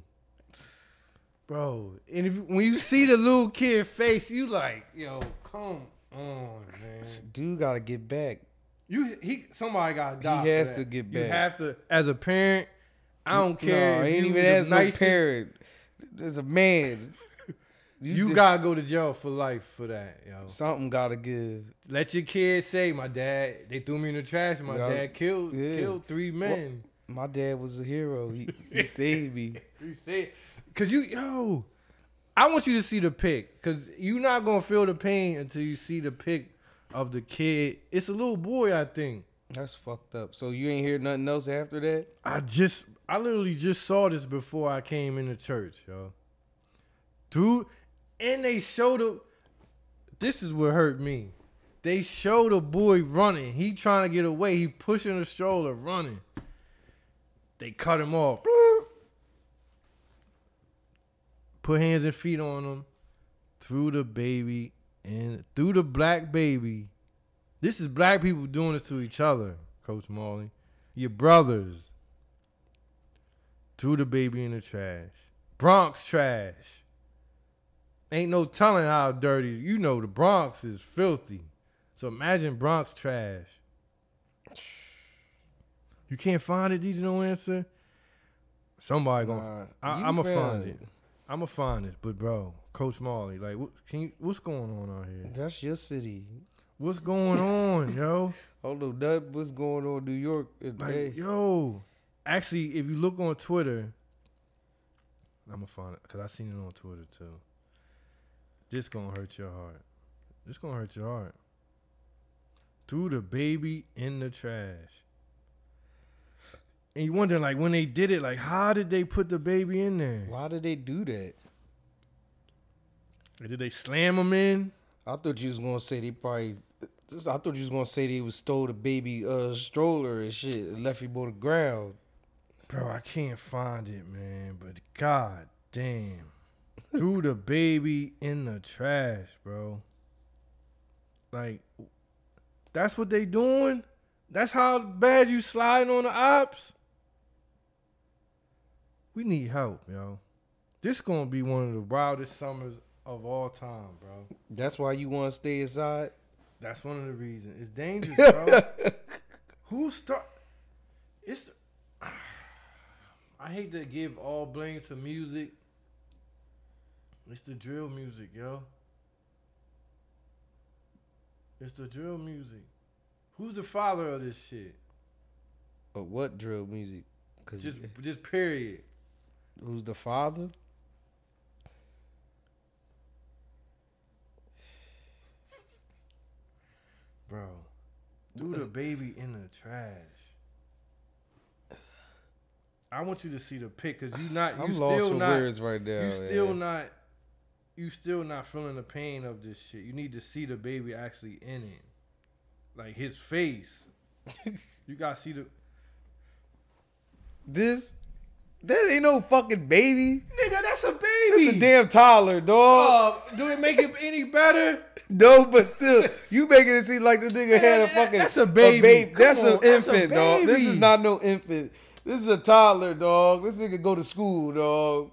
Speaker 1: bro. And if when you see the little kid face, you like, yo, come on, man.
Speaker 2: Dude got to get back.
Speaker 1: You he somebody got to die.
Speaker 2: He
Speaker 1: for
Speaker 2: has
Speaker 1: that.
Speaker 2: to get
Speaker 1: You
Speaker 2: back.
Speaker 1: have to as a parent. I don't care.
Speaker 2: No,
Speaker 1: if
Speaker 2: ain't
Speaker 1: you
Speaker 2: even
Speaker 1: the
Speaker 2: as no
Speaker 1: nicest-
Speaker 2: parent. There's a man.
Speaker 1: You
Speaker 2: just-
Speaker 1: gotta go to jail for life for that, yo.
Speaker 2: something. Got to give.
Speaker 1: Let your kid say, "My dad, they threw me in the trash. My
Speaker 2: Yeah.
Speaker 1: dad killed
Speaker 2: Yeah.
Speaker 1: killed three men."
Speaker 2: My dad was a hero. He, he saved me.
Speaker 1: You say it. Cause you yo, I want you to see the pic. Cause you're not gonna feel the pain until you see the pic of the kid. It's a little boy, I think.
Speaker 2: That's fucked up. So you ain't hear nothing else after that?
Speaker 1: I just I literally just saw this before I came into church, yo. Dude, and they showed a this is what hurt me. They showed a boy running. He trying to get away. He pushing the stroller, running. They cut him off. Put hands and feet on him. through the baby and through the black baby. This is black people doing this to each other, Coach Marley. Your brothers. Threw the baby in the trash. Bronx trash. Ain't no telling how dirty. You know the Bronx is filthy. So imagine Bronx trash. You can't find it, DJ No Answer. Somebody gonna
Speaker 2: Nah,
Speaker 1: I,
Speaker 2: you
Speaker 1: I'm gonna
Speaker 2: found
Speaker 1: find it.
Speaker 2: it.
Speaker 1: I'm gonna find it. But bro, Coach Marley, like, what, can you, what's going on out here?
Speaker 2: That's your city.
Speaker 1: What's going on, yo?
Speaker 2: Although that what's going on in New York
Speaker 1: Like,
Speaker 2: today.
Speaker 1: yo. Actually, if you look on Twitter, I'm gonna find it because I seen it on Twitter too. This gonna hurt your heart. This gonna hurt your heart. Threw the baby in the trash. And you wonder, like, when they did it, like, how did they put the baby in there?
Speaker 2: Why did they do that?
Speaker 1: Did they slam him in?
Speaker 2: I thought you was gonna say they probably. Just, I thought you was gonna say they was stole the baby uh stroller and shit and left him on the ground.
Speaker 1: Bro, I can't find it, man. But god damn. Threw the baby in the trash, bro. Like, that's what they doing? That's how bad you sliding on the ops? We need help, yo. This gonna be one of the wildest summers of all time, bro.
Speaker 2: That's why you want to stay inside.
Speaker 1: That's one of the reasons. It's dangerous, bro. Who start? It's. I hate to give all blame to music. It's the drill music, yo. It's the drill music. Who's the father of this shit?
Speaker 2: But what drill music? Cause
Speaker 1: Just, just period.
Speaker 2: who's the father?
Speaker 1: Bro, do the baby in the trash. I want you to see the pic because you not. You
Speaker 2: I'm
Speaker 1: still
Speaker 2: lost for
Speaker 1: not,
Speaker 2: words right now.
Speaker 1: you still
Speaker 2: man.
Speaker 1: not you still not feeling the pain of this shit. You need to see the baby actually in it. Like his face. you gotta see the
Speaker 2: this. This ain't no fucking baby.
Speaker 1: Nigga, that's a baby.
Speaker 2: This a damn toddler, dog.
Speaker 1: Oh, do it make it any better?
Speaker 2: No, but still, you making it seem like the nigga had a
Speaker 1: that-
Speaker 2: fucking.
Speaker 1: that's a baby.
Speaker 2: babe-
Speaker 1: Come
Speaker 2: That's
Speaker 1: on,
Speaker 2: an
Speaker 1: that's a
Speaker 2: infant, dog. This is
Speaker 1: baby.
Speaker 2: not no infant. This is a toddler, dog. This nigga go to school, dog.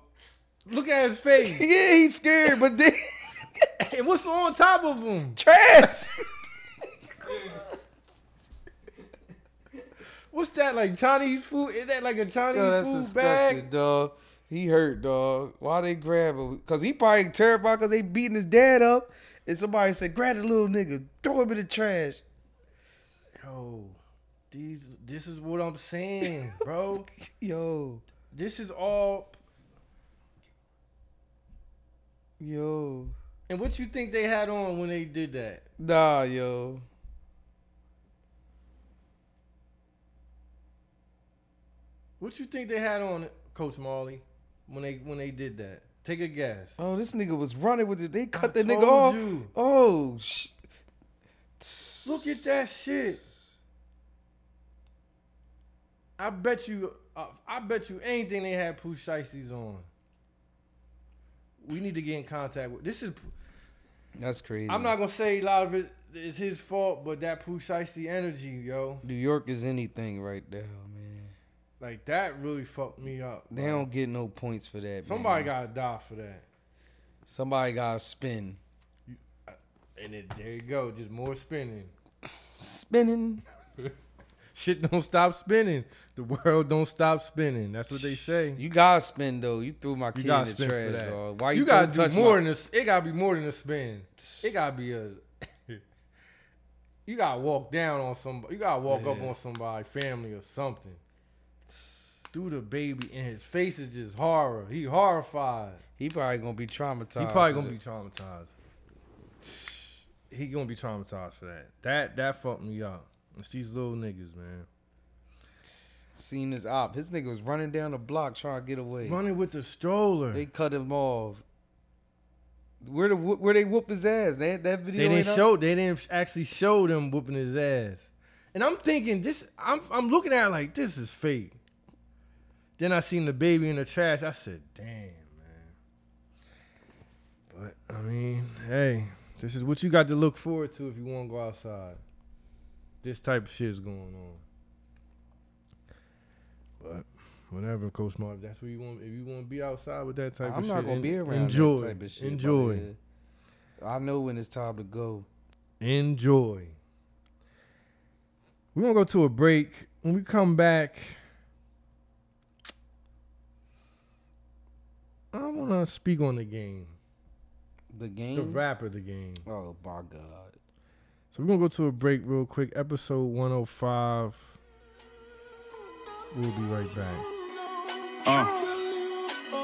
Speaker 1: Look at his face.
Speaker 2: Yeah, he's scared, but then
Speaker 1: and what's on top of him?
Speaker 2: trash.
Speaker 1: What's that like Chinese food? Is that like a Chinese
Speaker 2: Yo, that's
Speaker 1: food
Speaker 2: disgusting,
Speaker 1: bag?
Speaker 2: dog. He hurt, dog. Why they grab him? Cause he probably terrified because they beating his dad up. And somebody said, "Grab the little nigga, throw him in the trash."
Speaker 1: Yo, these this is what I'm saying, bro.
Speaker 2: Yo,
Speaker 1: this is all
Speaker 2: yo,
Speaker 1: and what you think they had on when they did that?
Speaker 2: nah, yo.
Speaker 1: What you think they had on Coach Marley when they when they did that? Take a guess.
Speaker 2: Oh, this nigga was running with it. They cut
Speaker 1: I
Speaker 2: that nigga
Speaker 1: told
Speaker 2: off.
Speaker 1: you.
Speaker 2: Oh, sh-
Speaker 1: Look at that shit. I bet you, uh, I bet you anything they had Pooh Shiesties on. We need to get in contact with. This is.
Speaker 2: that's crazy.
Speaker 1: I'm not gonna say a lot of it is his fault, but that Pooh Shiesty energy, yo,
Speaker 2: New York is anything right now, man.
Speaker 1: like that really fucked me up.
Speaker 2: They
Speaker 1: bro.
Speaker 2: don't get no points for that.
Speaker 1: Somebody
Speaker 2: man.
Speaker 1: gotta die for that.
Speaker 2: somebody got to spin,
Speaker 1: And it, there you go, just more spinning.
Speaker 2: spinning.
Speaker 1: Shit don't stop spinning. The world don't stop spinning. That's what they say. You,
Speaker 2: You gotta spin though. You threw my kid in
Speaker 1: gotta
Speaker 2: the
Speaker 1: spin for
Speaker 2: trash,
Speaker 1: that.
Speaker 2: dog. Why
Speaker 1: you,
Speaker 2: you,
Speaker 1: gotta
Speaker 2: throw-
Speaker 1: do
Speaker 2: touch
Speaker 1: more
Speaker 2: My-
Speaker 1: than this. It gotta be more than a spin. It gotta be a. you gotta walk down on somebody. You gotta walk up
Speaker 2: Yeah.
Speaker 1: on somebody, family or something. Through the baby and his face is just horror. He horrified.
Speaker 2: he probably gonna be traumatized.
Speaker 1: He probably gonna be traumatized. He gonna be traumatized for that. That that fucked me up. It's these little niggas, man.
Speaker 2: seen this op. His nigga was running down the block trying to get away.
Speaker 1: Running with the stroller.
Speaker 2: They cut him off. Where the wh- where they whoop his ass? That that video.
Speaker 1: They
Speaker 2: ain't
Speaker 1: didn't
Speaker 2: up?
Speaker 1: show. They didn't actually show them whooping his ass. And I'm thinking this. I'm I'm looking at it like this is fake. Then I seen the baby in the trash. I said, "Damn, man." But I mean, hey, this is what you got to look forward to if you want to go outside. This type of shit's going on. But whatever, Coach Marv, that's where you want. If you want to be outside with that type of
Speaker 2: I'm
Speaker 1: shit,
Speaker 2: not gonna
Speaker 1: en-
Speaker 2: be around
Speaker 1: Enjoy,
Speaker 2: that type of shit.
Speaker 1: enjoy,
Speaker 2: my nigga. I know when it's time to go.
Speaker 1: enjoy. We're gonna go to a break. When we come back, I want to speak on the game,
Speaker 2: The game.
Speaker 1: the rapper, the game.
Speaker 2: Oh my god.
Speaker 1: So we're gonna go to a break real quick. Episode 105. We'll be right back.
Speaker 3: Uh.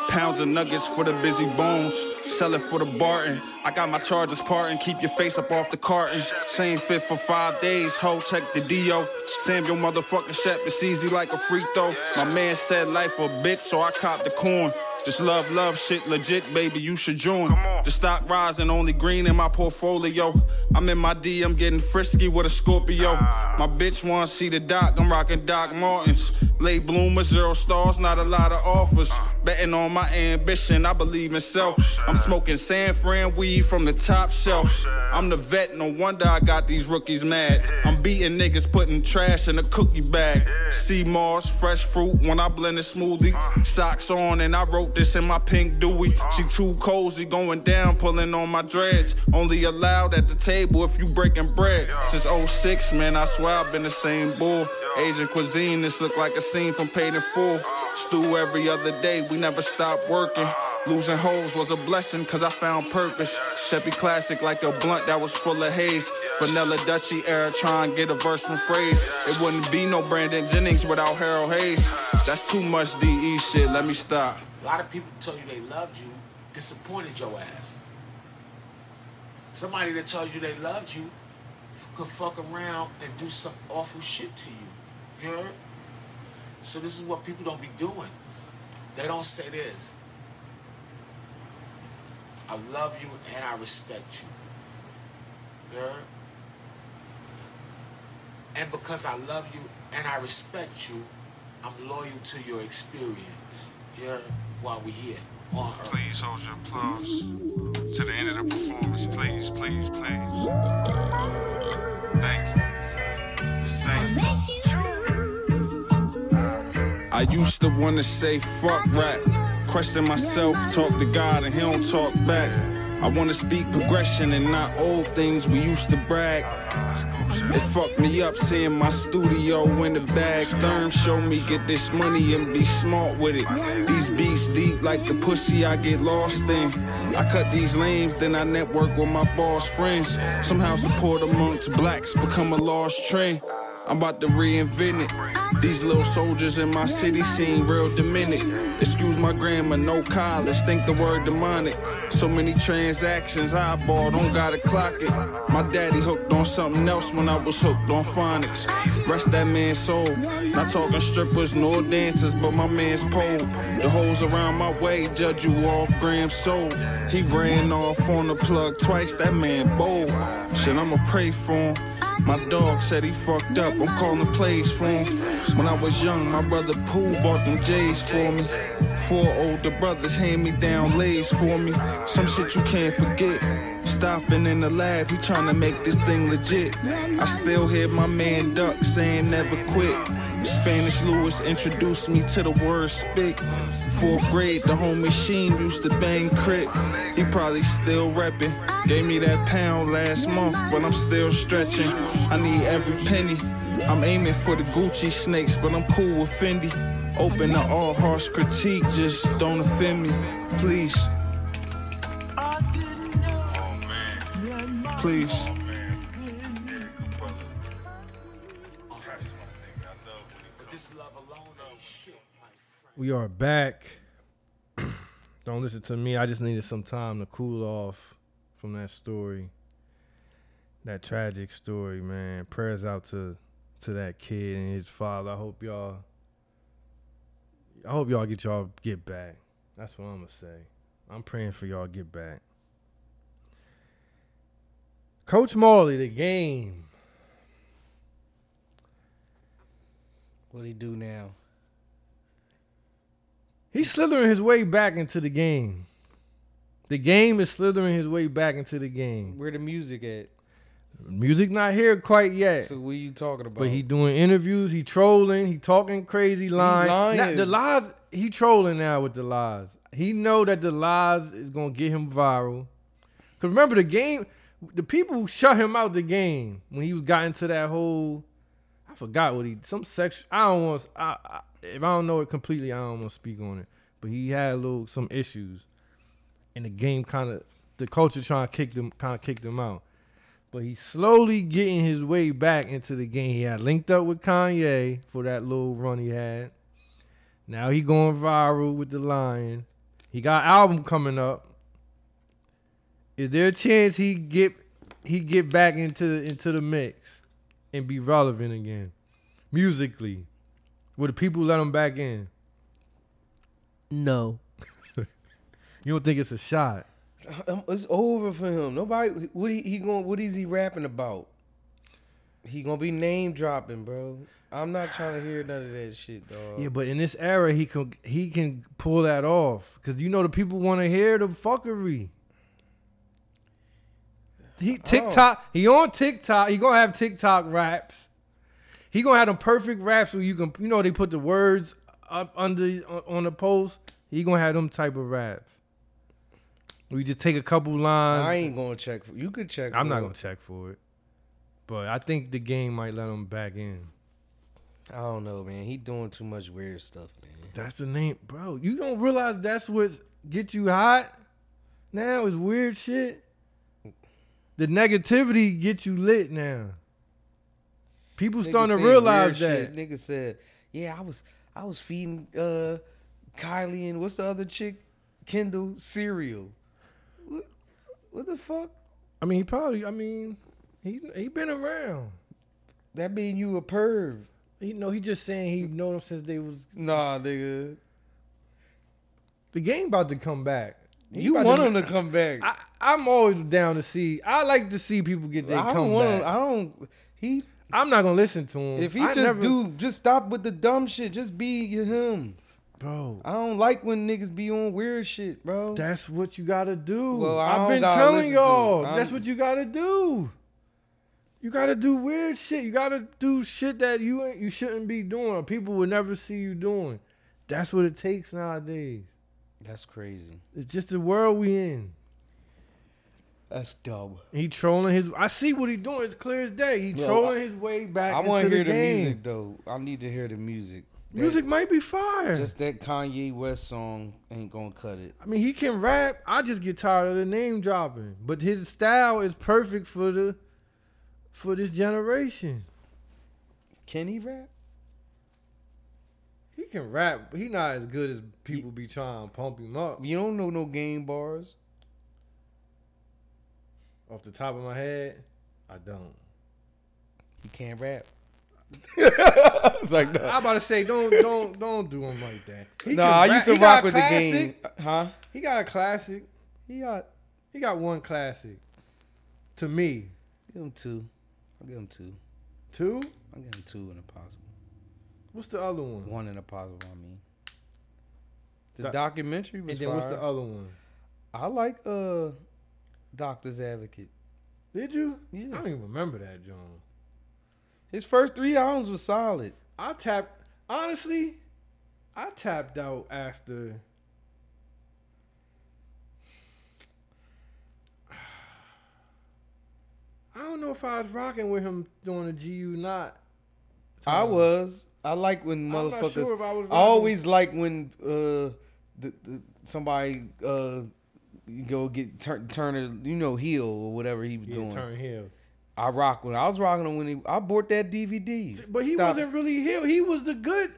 Speaker 3: Pounds of nuggets for the busy bones. Sell it for the Barton. I got my charges parting. Keep your face up off the carton. Same fit for five days. Ho, check the Dio. Samuel motherfucking Shep. It's easy like a free throw. My man said life a bitch, so I copped the corn. Just love, love shit legit, baby. You should join. The stock rising, only green in my portfolio. I'm in my DM getting frisky with a Scorpio. My bitch wanna see the doc. I'm rocking Doc Martens. Late bloomer, zero stars, not a lot of offers. Betting on my ambition, I believe in self. I'm smoking San Fran weed from the top shelf. I'm the vet, no wonder I got these rookies mad. I'm beating niggas, putting trash in a cookie bag. Sea Mars, fresh fruit when I blend a smoothie. Socks on, and I wrote this in my pink Dewey. She too cozy, going down, pulling on my dreads. Only allowed at the table if you breaking bread. Since 06, man, I swear I've been the same bull. Asian cuisine, this look like a scene from Paid in Full. Stew every other day, we never stop working. Losing hoes was a blessing, cause I found purpose. Chevy classic like a blunt that was full of haze. Vanilla Dutchy era, try and get a verse from phrase. It wouldn't be no Brandon Jennings without Harold Hayes. That's too much DE shit, let me stop.
Speaker 4: A lot of people tell you they loved you, disappointed your ass. Somebody that tells you they loved you could fuck around and do some awful shit to you. You heard? So this is what people don't be doing. They don't say this. I love you and I respect you. You heard? And because I love you and I respect you, I'm loyal to your experience. You heard? While we're here on earth.
Speaker 5: Please hold your applause to the end of the performance. Please, please, please. Thank you. The same.
Speaker 3: I used to wanna say fuck rap. Question myself, talk to God, and he don't talk back. I wanna speak progression and not old things we used to brag. It fucked me up seeing my studio in the bag. Therm show me get this money and be smart with it. These beats deep like the pussy I get lost in. I cut these lanes, then I network with my boss friends. Somehow support amongst blacks become a lost trend. I'm about to reinvent it. These little soldiers in my city seem real demented. Excuse my grandma, no college, think the word demonic. So many transactions, eyeball, don't gotta clock it. My daddy hooked on something else when I was hooked on phonics. Rest that man's soul. Not talking strippers nor dancers, but my man's pole. The hoes around my way judge you off Graham's soul. He ran off on the plug twice, that man bold. Shit, I'ma pray for him. My dog said he fucked up. I'm calling plays for him. When I was young, my brother Pooh bought them J's for me. Four older brothers hand me down lays for me. Some shit you can't forget. Stopping in the lab, he trying to make this thing legit. I still hear my man Duck saying never quit. Spanish Lewis introduced me to the word spick. Fourth grade, the homie Sheen used to bang crit. He probably still reppin'. Gave me that pound last month, but I'm still stretching. I need every penny. I'm aiming for the Gucci snakes, but I'm cool with Fendi. Open to all harsh critique, just don't offend me, please. Please.
Speaker 4: This love alone ain't shit, my friend.
Speaker 1: We are back. Don't listen to me. I just needed some time to cool off from that story. That tragic story, man. Prayers out to to that kid and his father. I hope y'all I hope y'all get y'all get back. That's what I'm gonna say. I'm praying for y'all get back. Coach Marley, the game.
Speaker 2: What he do now?
Speaker 1: He's slithering his way back into the game. The game is slithering his way back into the game.
Speaker 2: Where the music at?
Speaker 1: Music not here quite yet.
Speaker 2: So what are you talking about?
Speaker 1: But he doing interviews, he trolling, he talking crazy lying.
Speaker 2: lying.
Speaker 1: Now, the lies, he trolling now with the lies. He know that the lies is gonna get him viral. Cause remember the game, the people who shut him out the game when he was got into that whole, I forgot what he some sex. I don't want. I, I if I don't know it completely, I don't want to speak on it. But he had a little some issues, and the game kind of the culture trying to kick them kind of kicked him out. But he's slowly getting his way back into the game. He had linked up with Kanye for that little run he had. Now he going viral with the lion. He got album coming up. Is there a chance he get he get back into into the mix and be relevant again musically? Will the people let him back in? No. you don't think it's a shot?
Speaker 2: Um, it's over for him. Nobody. What he, he going? What is he rapping about? He gonna be name dropping, bro. I'm not trying to hear none of that shit, dog.
Speaker 1: Yeah, but in this era, he can he can pull that off because you know the people want to hear the fuckery. He
Speaker 2: Oh.
Speaker 1: TikTok, he on TikTok. He gonna have TikTok raps. He gonna have them perfect raps where you can you know they put the words up under uh, on the post. He gonna have them type of raps. We just take a couple lines.
Speaker 2: I ain't gonna check. For, you could check.
Speaker 1: I'm
Speaker 2: for
Speaker 1: not
Speaker 2: him.
Speaker 1: gonna check for it, but I think the game might let him back in.
Speaker 2: I don't know, man. He doing too much weird stuff, man.
Speaker 1: That's the name, bro. You don't realize that's what get you hot. Now is weird shit. The negativity get you lit now. People starting
Speaker 2: Nigga
Speaker 1: to
Speaker 2: said
Speaker 1: realize
Speaker 2: weird
Speaker 1: that.
Speaker 2: shit. Nigga said, "Yeah, I was, I was feeding uh, Kylie and what's the other chick, Kendall cereal." What, what the fuck?
Speaker 1: I mean, he probably. I mean, he he been around.
Speaker 2: That mean you a perv?
Speaker 1: You know, he just saying he known him since they was
Speaker 2: Nah, nigga.
Speaker 1: the game about to come back. He
Speaker 2: You
Speaker 1: about
Speaker 2: want him to come back?
Speaker 1: I, I'm always down to see. I like to see people get their
Speaker 2: I don't
Speaker 1: come
Speaker 2: want
Speaker 1: back.
Speaker 2: him. I don't. He
Speaker 1: I'm not gonna listen to him.
Speaker 2: if he
Speaker 1: I
Speaker 2: just
Speaker 1: never-
Speaker 2: do just stop with the dumb shit. Just be him.
Speaker 1: bro.
Speaker 2: I don't like when niggas be on weird shit, bro.
Speaker 1: That's what you gotta do.
Speaker 2: Well, I
Speaker 1: I've
Speaker 2: don't
Speaker 1: been
Speaker 2: gotta
Speaker 1: telling
Speaker 2: listen to
Speaker 1: y'all.
Speaker 2: it. I'm-
Speaker 1: That's what you gotta do. You gotta do weird shit. You gotta do shit that you ain't- you shouldn't be doing. or People will never see you doing. That's what it takes nowadays.
Speaker 2: That's crazy.
Speaker 1: It's just the world we in.
Speaker 2: That's dumb.
Speaker 1: He trolling his. I see what he doing. It's clear as day. He
Speaker 2: Well,
Speaker 1: trolling his way back.
Speaker 2: I
Speaker 1: want to
Speaker 2: hear
Speaker 1: the,
Speaker 2: the,
Speaker 1: game.
Speaker 2: music though. I need to hear the music. That-
Speaker 1: Music might be fire.
Speaker 2: just that Kanye West song ain't gonna cut it.
Speaker 1: I mean, he can rap. I just get tired of the name dropping. But his style is perfect for the for this generation.
Speaker 2: Can he rap?
Speaker 1: He can rap, but he not as good as people be trying to pump him up.
Speaker 2: You don't know no game bars.
Speaker 1: Off the top of my head, I don't.
Speaker 2: He can't rap.
Speaker 1: It's like I about to say don't don't don't do him like that. He
Speaker 2: nah, I
Speaker 1: can
Speaker 2: used
Speaker 1: rap.
Speaker 2: to
Speaker 1: He got
Speaker 2: rock
Speaker 1: a
Speaker 2: with
Speaker 1: classic.
Speaker 2: the game. Huh?
Speaker 1: He got a classic.
Speaker 2: He got
Speaker 1: He got one classic. To me,
Speaker 2: give him two. I'll give him two.
Speaker 1: two.
Speaker 2: I'll give him two in a possible.
Speaker 1: What's the other one?
Speaker 2: One in a possible, I mean. The
Speaker 1: Doc-
Speaker 2: documentary
Speaker 1: and
Speaker 2: was
Speaker 1: then what's the
Speaker 2: fire.
Speaker 1: other one?
Speaker 2: I like uh Doctor's Advocate.
Speaker 1: Did you?
Speaker 2: Yeah.
Speaker 1: I don't even remember that, John.
Speaker 2: His first three albums was solid.
Speaker 1: I tapped. Honestly, I tapped out after. I don't know if I was rocking with him during the GU not.
Speaker 2: I
Speaker 1: time.
Speaker 2: was. I like when
Speaker 1: Uh-huh. I'm not
Speaker 2: motherfuckers.
Speaker 1: sure if I
Speaker 2: I,
Speaker 1: was right.
Speaker 2: always like when uh, the, the somebody uh, go get tur- Turner, you know, heel or whatever he was
Speaker 1: Yeah,
Speaker 2: doing.
Speaker 1: turn heel.
Speaker 2: I rock when I was rocking him when he. I bought that DVD.
Speaker 1: But he
Speaker 2: Stop.
Speaker 1: wasn't really heel. He was the good.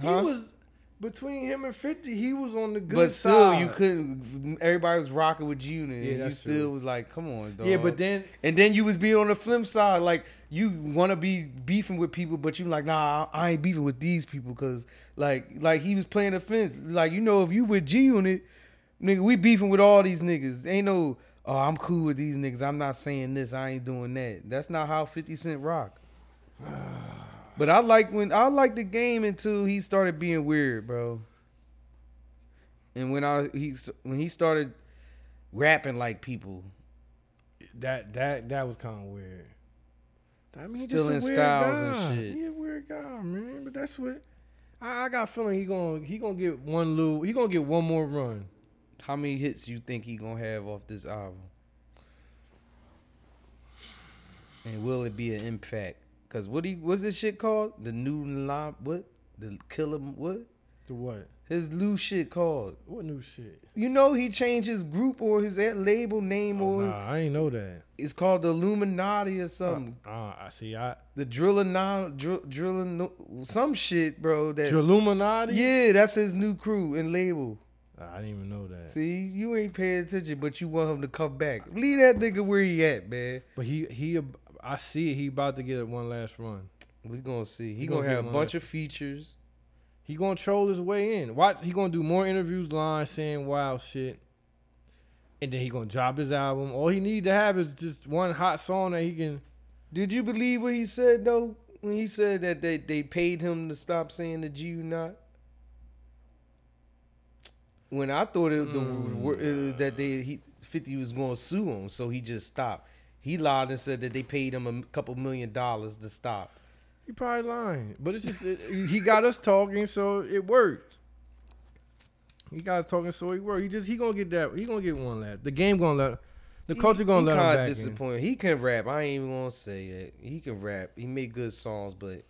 Speaker 2: Huh?
Speaker 1: He was between him and Fifty. He was on the good
Speaker 2: But still,
Speaker 1: side.
Speaker 2: you couldn't. Everybody was rocking with you, and
Speaker 1: Yeah,
Speaker 2: you
Speaker 1: that's
Speaker 2: still
Speaker 1: true.
Speaker 2: was like, "Come on, dog."
Speaker 1: Yeah, but then
Speaker 2: and then you was being on the flim side, like you want to be beefing with people, but you like, "Nah, I I ain't beefing with these people," because like, like he was playing offense. Like you know, if you with G Unit, nigga, we beefing with all these niggas. Ain't no, oh, I'm cool with these niggas. I'm not saying this. I ain't doing that. That's not how Fifty Cent rock. But I like when I like the game until he started being weird, bro. And when I he when he started rapping like people.
Speaker 1: That that that was kind of weird. I mean,
Speaker 2: Still
Speaker 1: just a weird
Speaker 2: in styles and
Speaker 1: guy.
Speaker 2: shit.
Speaker 1: He a weird guy, man. But that's what I, I got a feeling he gonna he gonna get one little he gonna get one more run.
Speaker 2: How many hits you think he gonna have off this album? And will it be an impact? Cause what he what's this shit called? The new line what? The killer what?
Speaker 1: To what?
Speaker 2: His new shit called.
Speaker 1: What new shit?
Speaker 2: You know he changed his group or his ad- label name
Speaker 1: Oh,
Speaker 2: or
Speaker 1: nah, I ain't know that.
Speaker 2: it's called the Illuminati or something.
Speaker 1: Uh, I see. I
Speaker 2: the drilling non drill, drilling no- some shit, bro. That
Speaker 1: Illuminati.
Speaker 2: yeah, that's his new crew and label.
Speaker 1: I didn't even know that.
Speaker 2: See, you ain't paying attention, but you want him to come back. Leave that nigga where he at, man.
Speaker 1: But he he, ab- I see he about to get one last run.
Speaker 2: We gonna see. He
Speaker 1: gonna
Speaker 2: gonna,
Speaker 1: get
Speaker 2: have a
Speaker 1: one
Speaker 2: bunch
Speaker 1: that-
Speaker 2: of features.
Speaker 1: He gonna troll his way in. Watch, he gonna do more interviews, lying, saying wild shit, and then he gonna drop his album. All he need to have is just one hot song that he can.
Speaker 2: Did you believe what he said though? When he said that they, they paid him to stop saying the G you not. When I thought it, the, wor- it was that they he, Fifty was going to sue him, so he just stopped. He lied and said that they paid him a couple million dollars to stop.
Speaker 1: He probably lying, but it's just it, he got us talking, so it worked. He got us talking, so it worked. He just he gonna get that. He gonna get one last. The game gonna let. The culture gonna
Speaker 2: he
Speaker 1: let
Speaker 2: kinda
Speaker 1: him back in.
Speaker 2: disappointed. He can rap. I ain't even gonna say that. He can rap. He make good songs, but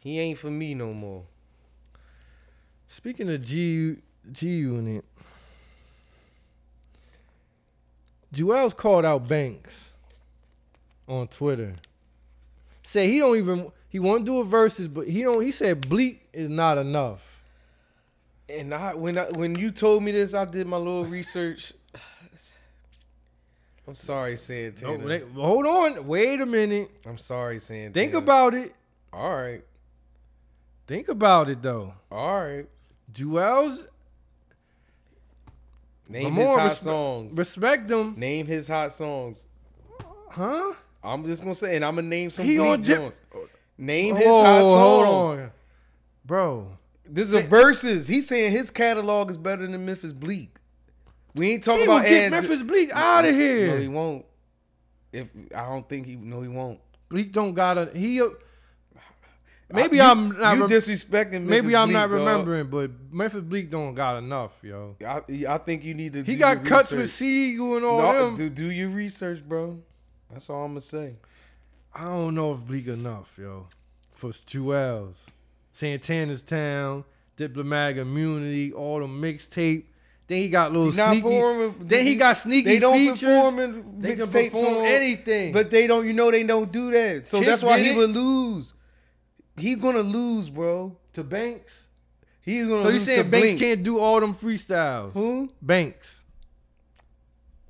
Speaker 2: he ain't for me no more.
Speaker 1: Speaking of G G Unit, Joel's called out Banks on Twitter. Said he don't even he want to do a verses, but he don't. He said Bleak is not enough.
Speaker 2: And I when I when you told me this, I did my little research. I'm sorry, Santana.
Speaker 1: No, wait, hold on, wait a minute.
Speaker 2: I'm sorry, Santana.
Speaker 1: Think about it.
Speaker 2: All right,
Speaker 1: Think about it though.
Speaker 2: all right.
Speaker 1: Joel's
Speaker 2: Name
Speaker 1: Lamar
Speaker 2: his hot
Speaker 1: respe-
Speaker 2: songs.
Speaker 1: respect him,
Speaker 2: name his hot songs.
Speaker 1: huh?
Speaker 2: I'm just gonna say, and I'm gonna name some
Speaker 1: He
Speaker 2: Dean
Speaker 1: on dip-
Speaker 2: Jones. Name his
Speaker 1: Whoa,
Speaker 2: hot
Speaker 1: hold
Speaker 2: songs.
Speaker 1: on, bro.
Speaker 2: This is a verses. He's saying his catalog is better than Memphis Bleak. We ain't talking
Speaker 1: He will
Speaker 2: about
Speaker 1: get
Speaker 2: Ed.
Speaker 1: Memphis Bleak out of here.
Speaker 2: No, he won't. If I don't think he, no, he won't.
Speaker 1: Bleak don't gotta. He uh, maybe
Speaker 2: I,
Speaker 1: I, am
Speaker 2: you,
Speaker 1: not.
Speaker 2: You
Speaker 1: rem-
Speaker 2: disrespecting. Memphis
Speaker 1: maybe I'm
Speaker 2: Bleak,
Speaker 1: not
Speaker 2: dog.
Speaker 1: remembering, but Memphis Bleak don't got enough, yo.
Speaker 2: I, I think you need to.
Speaker 1: He
Speaker 2: do
Speaker 1: got
Speaker 2: your
Speaker 1: cuts with
Speaker 2: research.
Speaker 1: Siegel and all
Speaker 2: No,
Speaker 1: them.
Speaker 2: do, do your research, bro. That's all I'm gonna say.
Speaker 1: I don't know if Bleak enough, yo, for Jewels, Santana's Town, Diplomatic Immunity, all the mixtape. Then he got little
Speaker 2: He not
Speaker 1: sneaky.
Speaker 2: performing-
Speaker 1: Then he got sneaky
Speaker 2: They don't
Speaker 1: features.
Speaker 2: perform in
Speaker 1: They can
Speaker 2: mixtapes
Speaker 1: perform
Speaker 2: on-
Speaker 1: anything.
Speaker 2: but they don't. You know they don't do that. So
Speaker 1: Kiss
Speaker 2: that's why
Speaker 1: did
Speaker 2: he
Speaker 1: it.
Speaker 2: would lose. He gonna lose, bro.
Speaker 1: to Banks.
Speaker 2: He's gonna.
Speaker 1: So you
Speaker 2: lose to
Speaker 1: saying Banks
Speaker 2: Blink.
Speaker 1: can't do all them freestyles?
Speaker 2: Who?
Speaker 1: Banks.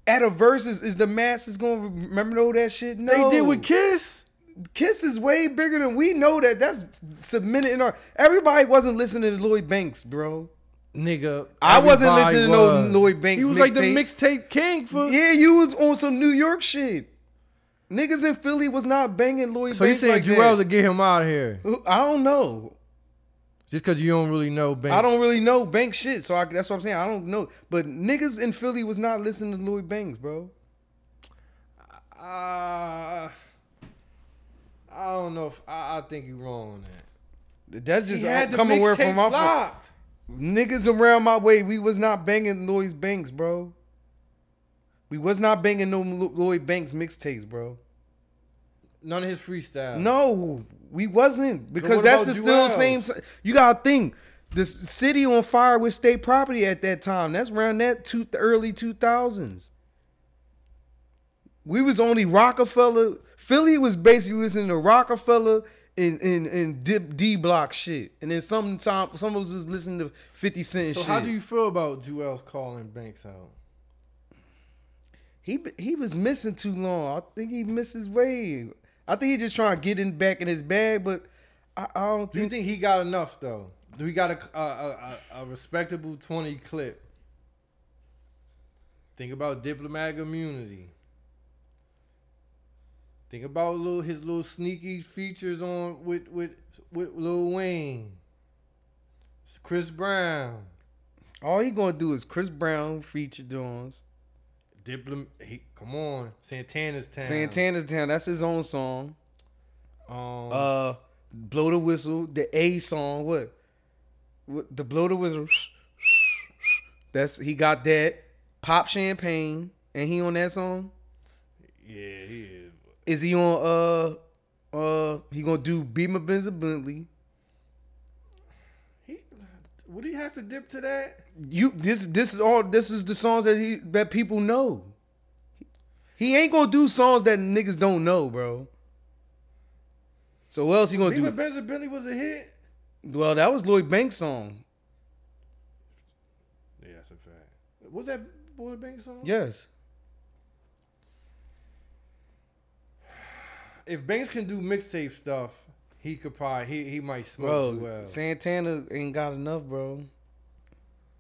Speaker 2: at a versus is the masses gonna remember know that shit? No,
Speaker 1: They did with Kiss.
Speaker 2: Kiss is way bigger than we know that. That's submitted in our. Everybody wasn't listening to Lloyd Banks, bro.
Speaker 1: Nigga,
Speaker 2: I wasn't
Speaker 1: everybody
Speaker 2: listening to no
Speaker 1: was.
Speaker 2: Lloyd Banks
Speaker 1: He was like the mixtape king for.
Speaker 2: Yeah, you was on some New York shit. Niggas in Philly was not banging Lloyd
Speaker 1: So you
Speaker 2: Banks
Speaker 1: saying
Speaker 2: like
Speaker 1: Joel to
Speaker 2: that.
Speaker 1: get him out of here
Speaker 2: I don't know.
Speaker 1: just because you don't really know Banks?
Speaker 2: I don't really know Banks shit, so I, that's what I'm saying. I don't know, but niggas in Philly was not listening to Lloyd Banks, bro.
Speaker 1: Uh, I don't know if I, I think you're wrong on that. uh,
Speaker 2: That's
Speaker 1: He
Speaker 2: just
Speaker 1: had the
Speaker 2: coming where
Speaker 1: mixtape
Speaker 2: from my
Speaker 1: flopped.
Speaker 2: Niggas around my way, we was not banging Lloyd Banks, bro. We was not banging no Lo- Lloyd Banks mixtapes, bro.
Speaker 1: None of his freestyle.
Speaker 2: No, we wasn't because
Speaker 1: what
Speaker 2: that's
Speaker 1: about
Speaker 2: the still
Speaker 1: Jewel's?
Speaker 2: same. si- You gotta think the s- city on fire with state property at that time. That's around that two early two thousands. We was only Rockefeller. Philly was basically listening to Rockefeller and and, and Dip D Block shit, and then some time some of us was listening to Fifty Cent. and
Speaker 1: So
Speaker 2: shit.
Speaker 1: how do you feel about Joel's calling Banks out?
Speaker 2: He he was missing too long. I think he missed his way. I think he just trying to get in back in his bag, but I, I don't
Speaker 1: Do you
Speaker 2: think
Speaker 1: think he got enough though? Do he got a a, a, a respectable twenty clip? Think about diplomatic immunity. Think about little his little sneaky features on with with with Lil Wayne, Chris Brown.
Speaker 2: all he gonna do is Chris Brown feature Jones.
Speaker 1: Diplomat. He, come on, Santana's town.
Speaker 2: Santana's Town. That's his own song.
Speaker 1: Um,
Speaker 2: Uh, blow the whistle. The A song. What? what the blow the whistle. That's he got that. Pop champagne, and he on that song.
Speaker 1: yeah, he is.
Speaker 2: Is he on? Uh, uh, he gonna do Be My Benz Bentley.
Speaker 1: He would he have to dip to that?
Speaker 2: You this this is all this is the songs that he that people know. He ain't gonna do songs that niggas don't know, bro. So what else he gonna
Speaker 1: Even
Speaker 2: do?
Speaker 1: Benz Bentley was a hit.
Speaker 2: Well, that was Lloyd Banks' song.
Speaker 1: Yeah, that's a fact. Was that Boy Bank song?
Speaker 2: Yes.
Speaker 1: If Banks can do mixtape stuff, he could probably he he might smoke
Speaker 2: Bro,
Speaker 1: you well.
Speaker 2: Santana ain't got enough, bro.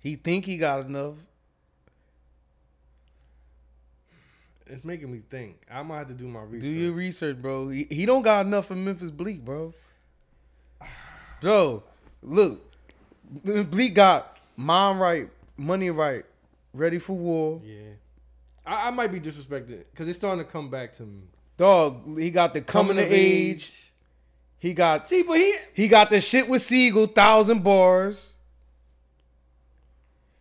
Speaker 2: He think he got enough.
Speaker 1: it's making me think. I might have to do my research.
Speaker 2: Do your research, bro. He, he don't got enough for Memphis Bleak, bro. Bro, look, Bleak got mind right, money right, ready for war.
Speaker 1: yeah, I, I might be disrespected because it's starting to come back to me.
Speaker 2: Dog, he got the coming, of age. He got see, but he he got the shit with Siegel, thousand bars.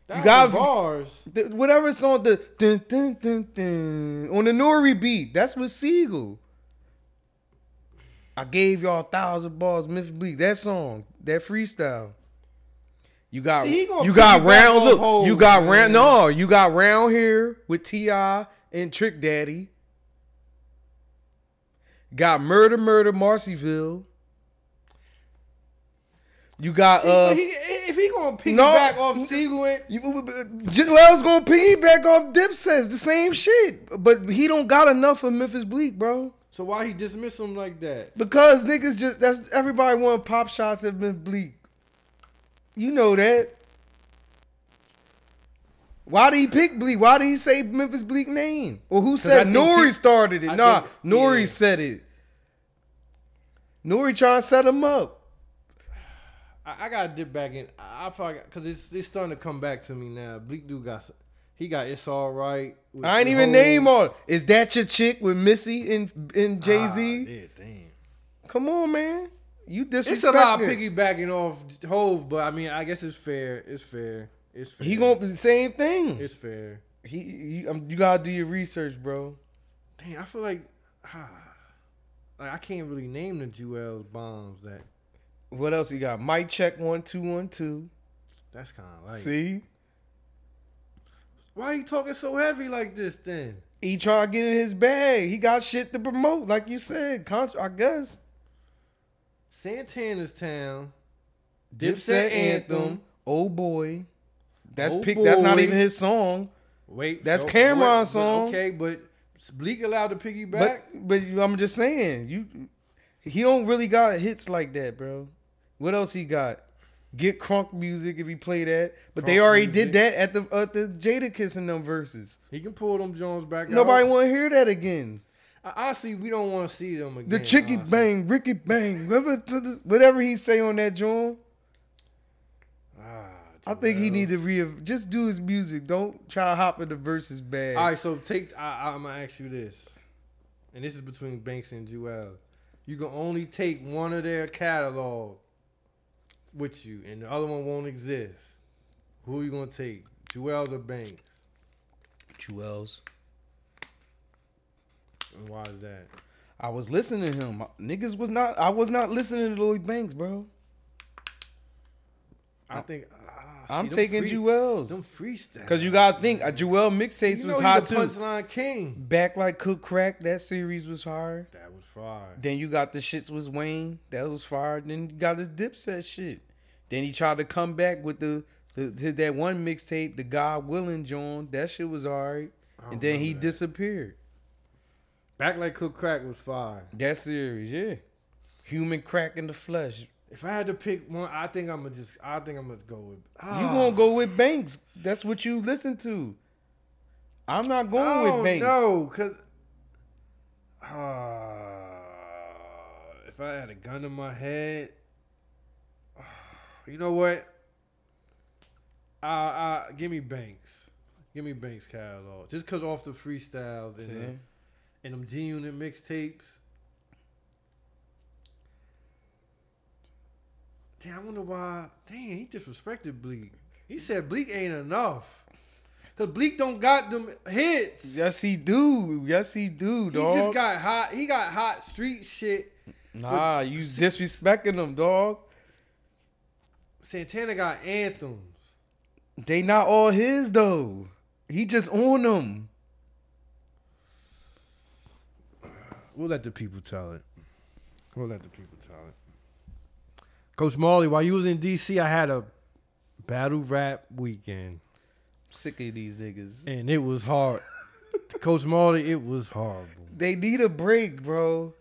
Speaker 1: you got
Speaker 2: got-
Speaker 1: bars.
Speaker 2: The- whatever song the dun, dun, dun, dun, on the Nori beat, that's with Siegel. I gave y'all thousand bars, Memphis Bleak. That song, that freestyle. You got
Speaker 1: See, he gonna
Speaker 2: you got
Speaker 1: piggyback
Speaker 2: round.
Speaker 1: off
Speaker 2: Look,
Speaker 1: Hov,
Speaker 2: you got
Speaker 1: man.
Speaker 2: round. No, you got round here with Ti and Trick Daddy. Got murder, murder, Marcyville. You got uh,
Speaker 1: But he- if he gonna piggyback
Speaker 2: no.
Speaker 1: off Siegel, and-
Speaker 2: you, Joel's gonna piggyback off Dipset's the same shit, but he don't got enough of Memphis Bleak, bro.
Speaker 1: so why he dismiss him like that?
Speaker 2: Because niggas just that's everybody want pop shots at Memphis Bleak. You know that. Why did he pick Bleak? Why did he say Memphis Bleak name? Or who
Speaker 1: I
Speaker 2: said
Speaker 1: think
Speaker 2: Nori
Speaker 1: he-
Speaker 2: started it?
Speaker 1: I
Speaker 2: nah,
Speaker 1: think-
Speaker 2: Nori
Speaker 1: yeah.
Speaker 2: said it. Nori trying to set him up.
Speaker 1: I, I gotta dip back in. I, I probably because it's it's starting to come back to me now. Bleak dude got s- he got it's all right. with-
Speaker 2: I ain't
Speaker 1: with
Speaker 2: even
Speaker 1: Hov.
Speaker 2: name all. it. Is that your chick with Missy and and Jay
Speaker 1: Ah,
Speaker 2: Z?
Speaker 1: yeah, damn.
Speaker 2: Come on, man. You disrespecting.
Speaker 1: It's a lot of piggybacking off Hove, but I mean, I guess it's fair. It's fair. It's fair.
Speaker 2: He gonna be the same thing.
Speaker 1: It's fair.
Speaker 2: He, you, um, you gotta do your research, bro.
Speaker 1: Dang, I feel like, ah, like I can't really name the Jewel's bombs. That
Speaker 2: What else you got? Mike check one two one two.
Speaker 1: that's kind of like.
Speaker 2: See,
Speaker 1: Why you talking so heavy like this? Then
Speaker 2: he trying to get in his bag. He got shit to promote, like you said. Contra- I guess.
Speaker 1: Santana's town,
Speaker 2: Dipset anthem. Oh boy, that's
Speaker 1: Oh
Speaker 2: pick. That's not
Speaker 1: boy.
Speaker 2: even his song.
Speaker 1: Wait,
Speaker 2: That's
Speaker 1: so-
Speaker 2: Cameron's
Speaker 1: but-
Speaker 2: song.
Speaker 1: But okay, but Bleak allowed to piggyback.
Speaker 2: But but you- I'm just saying, you he don't really got hits like that, bro. What else he got? Get crunk music if he play that. But they
Speaker 1: Crunk
Speaker 2: already
Speaker 1: music.
Speaker 2: did that at the at the Jada kissing them verses.
Speaker 1: he can pull them Jones back.
Speaker 2: Nobody
Speaker 1: out.
Speaker 2: want to hear that again.
Speaker 1: I Honestly, we don't want to see them again. Ah,
Speaker 2: The chicky
Speaker 1: honestly.
Speaker 2: bang, Ricky bang, whatever, whatever he say on that joint.
Speaker 1: Ah,
Speaker 2: I think he
Speaker 1: Jewel.
Speaker 2: need to re just do his music. Don't try to hop in the verses bag.
Speaker 1: All right, so take. I, I'm gonna ask you this, and this is between Banks and Jewel. You can only take one of their catalog with you, and the other one won't exist. Who you gonna take, Jewel's or Banks?
Speaker 2: Jewels.
Speaker 1: And why is that?
Speaker 2: I was listening to him. Niggas was not. I was not listening to Lloyd Banks, bro.
Speaker 1: I think ah, see,
Speaker 2: I'm
Speaker 1: them
Speaker 2: taking
Speaker 1: free-
Speaker 2: Jewels.
Speaker 1: Them freestyle.
Speaker 2: Cause you gotta think, uh, Joel mixtapes
Speaker 1: you know
Speaker 2: was
Speaker 1: he
Speaker 2: hot
Speaker 1: the
Speaker 2: too.
Speaker 1: punchline king.
Speaker 2: Back like Cook Crack, that series was hard.
Speaker 1: That was fire.
Speaker 2: Then you got the shits was Wayne, that was fire. Then you got his Dipset shit. Then he tried to come back with the, the his- that one mixtape, the God Willing John. That shit was alright.
Speaker 1: I
Speaker 2: And then he
Speaker 1: remember that.
Speaker 2: disappeared.
Speaker 1: Back like Cook Crack was fire.
Speaker 2: That series, yeah. Human crack in the flesh.
Speaker 1: If I had to pick one, I think I'm gonna just. I think I'm gonna go with.
Speaker 2: You
Speaker 1: ah.
Speaker 2: gonna go with Banks? That's what you listen to. I'm not going with Banks.
Speaker 1: Oh, No, because if I had a gun in my head, ah, you know what? Uh, uh, give me Banks. Give me Banks catalog. Just cause off the freestyles and, the,
Speaker 2: See?
Speaker 1: and them G Unit mixtapes. Damn, I wonder why. Damn, he disrespected Bleak. He said Bleak ain't enough. Cause Bleak don't got them hits.
Speaker 2: Yes, he do. Yes, he do,
Speaker 1: He
Speaker 2: dog.
Speaker 1: just got hot. He got hot street shit.
Speaker 2: nah, you disrespecting them, dog.
Speaker 1: Santana got anthems.
Speaker 2: They not all his though. He just on them.
Speaker 1: We'll let the people tell it. We'll let the people tell it. Coach Marley, while you was in DC, I had a battle rap weekend,
Speaker 2: Sick of these niggas.
Speaker 1: and it was hard. Coach Marley, it was horrible.
Speaker 2: They need a break, bro.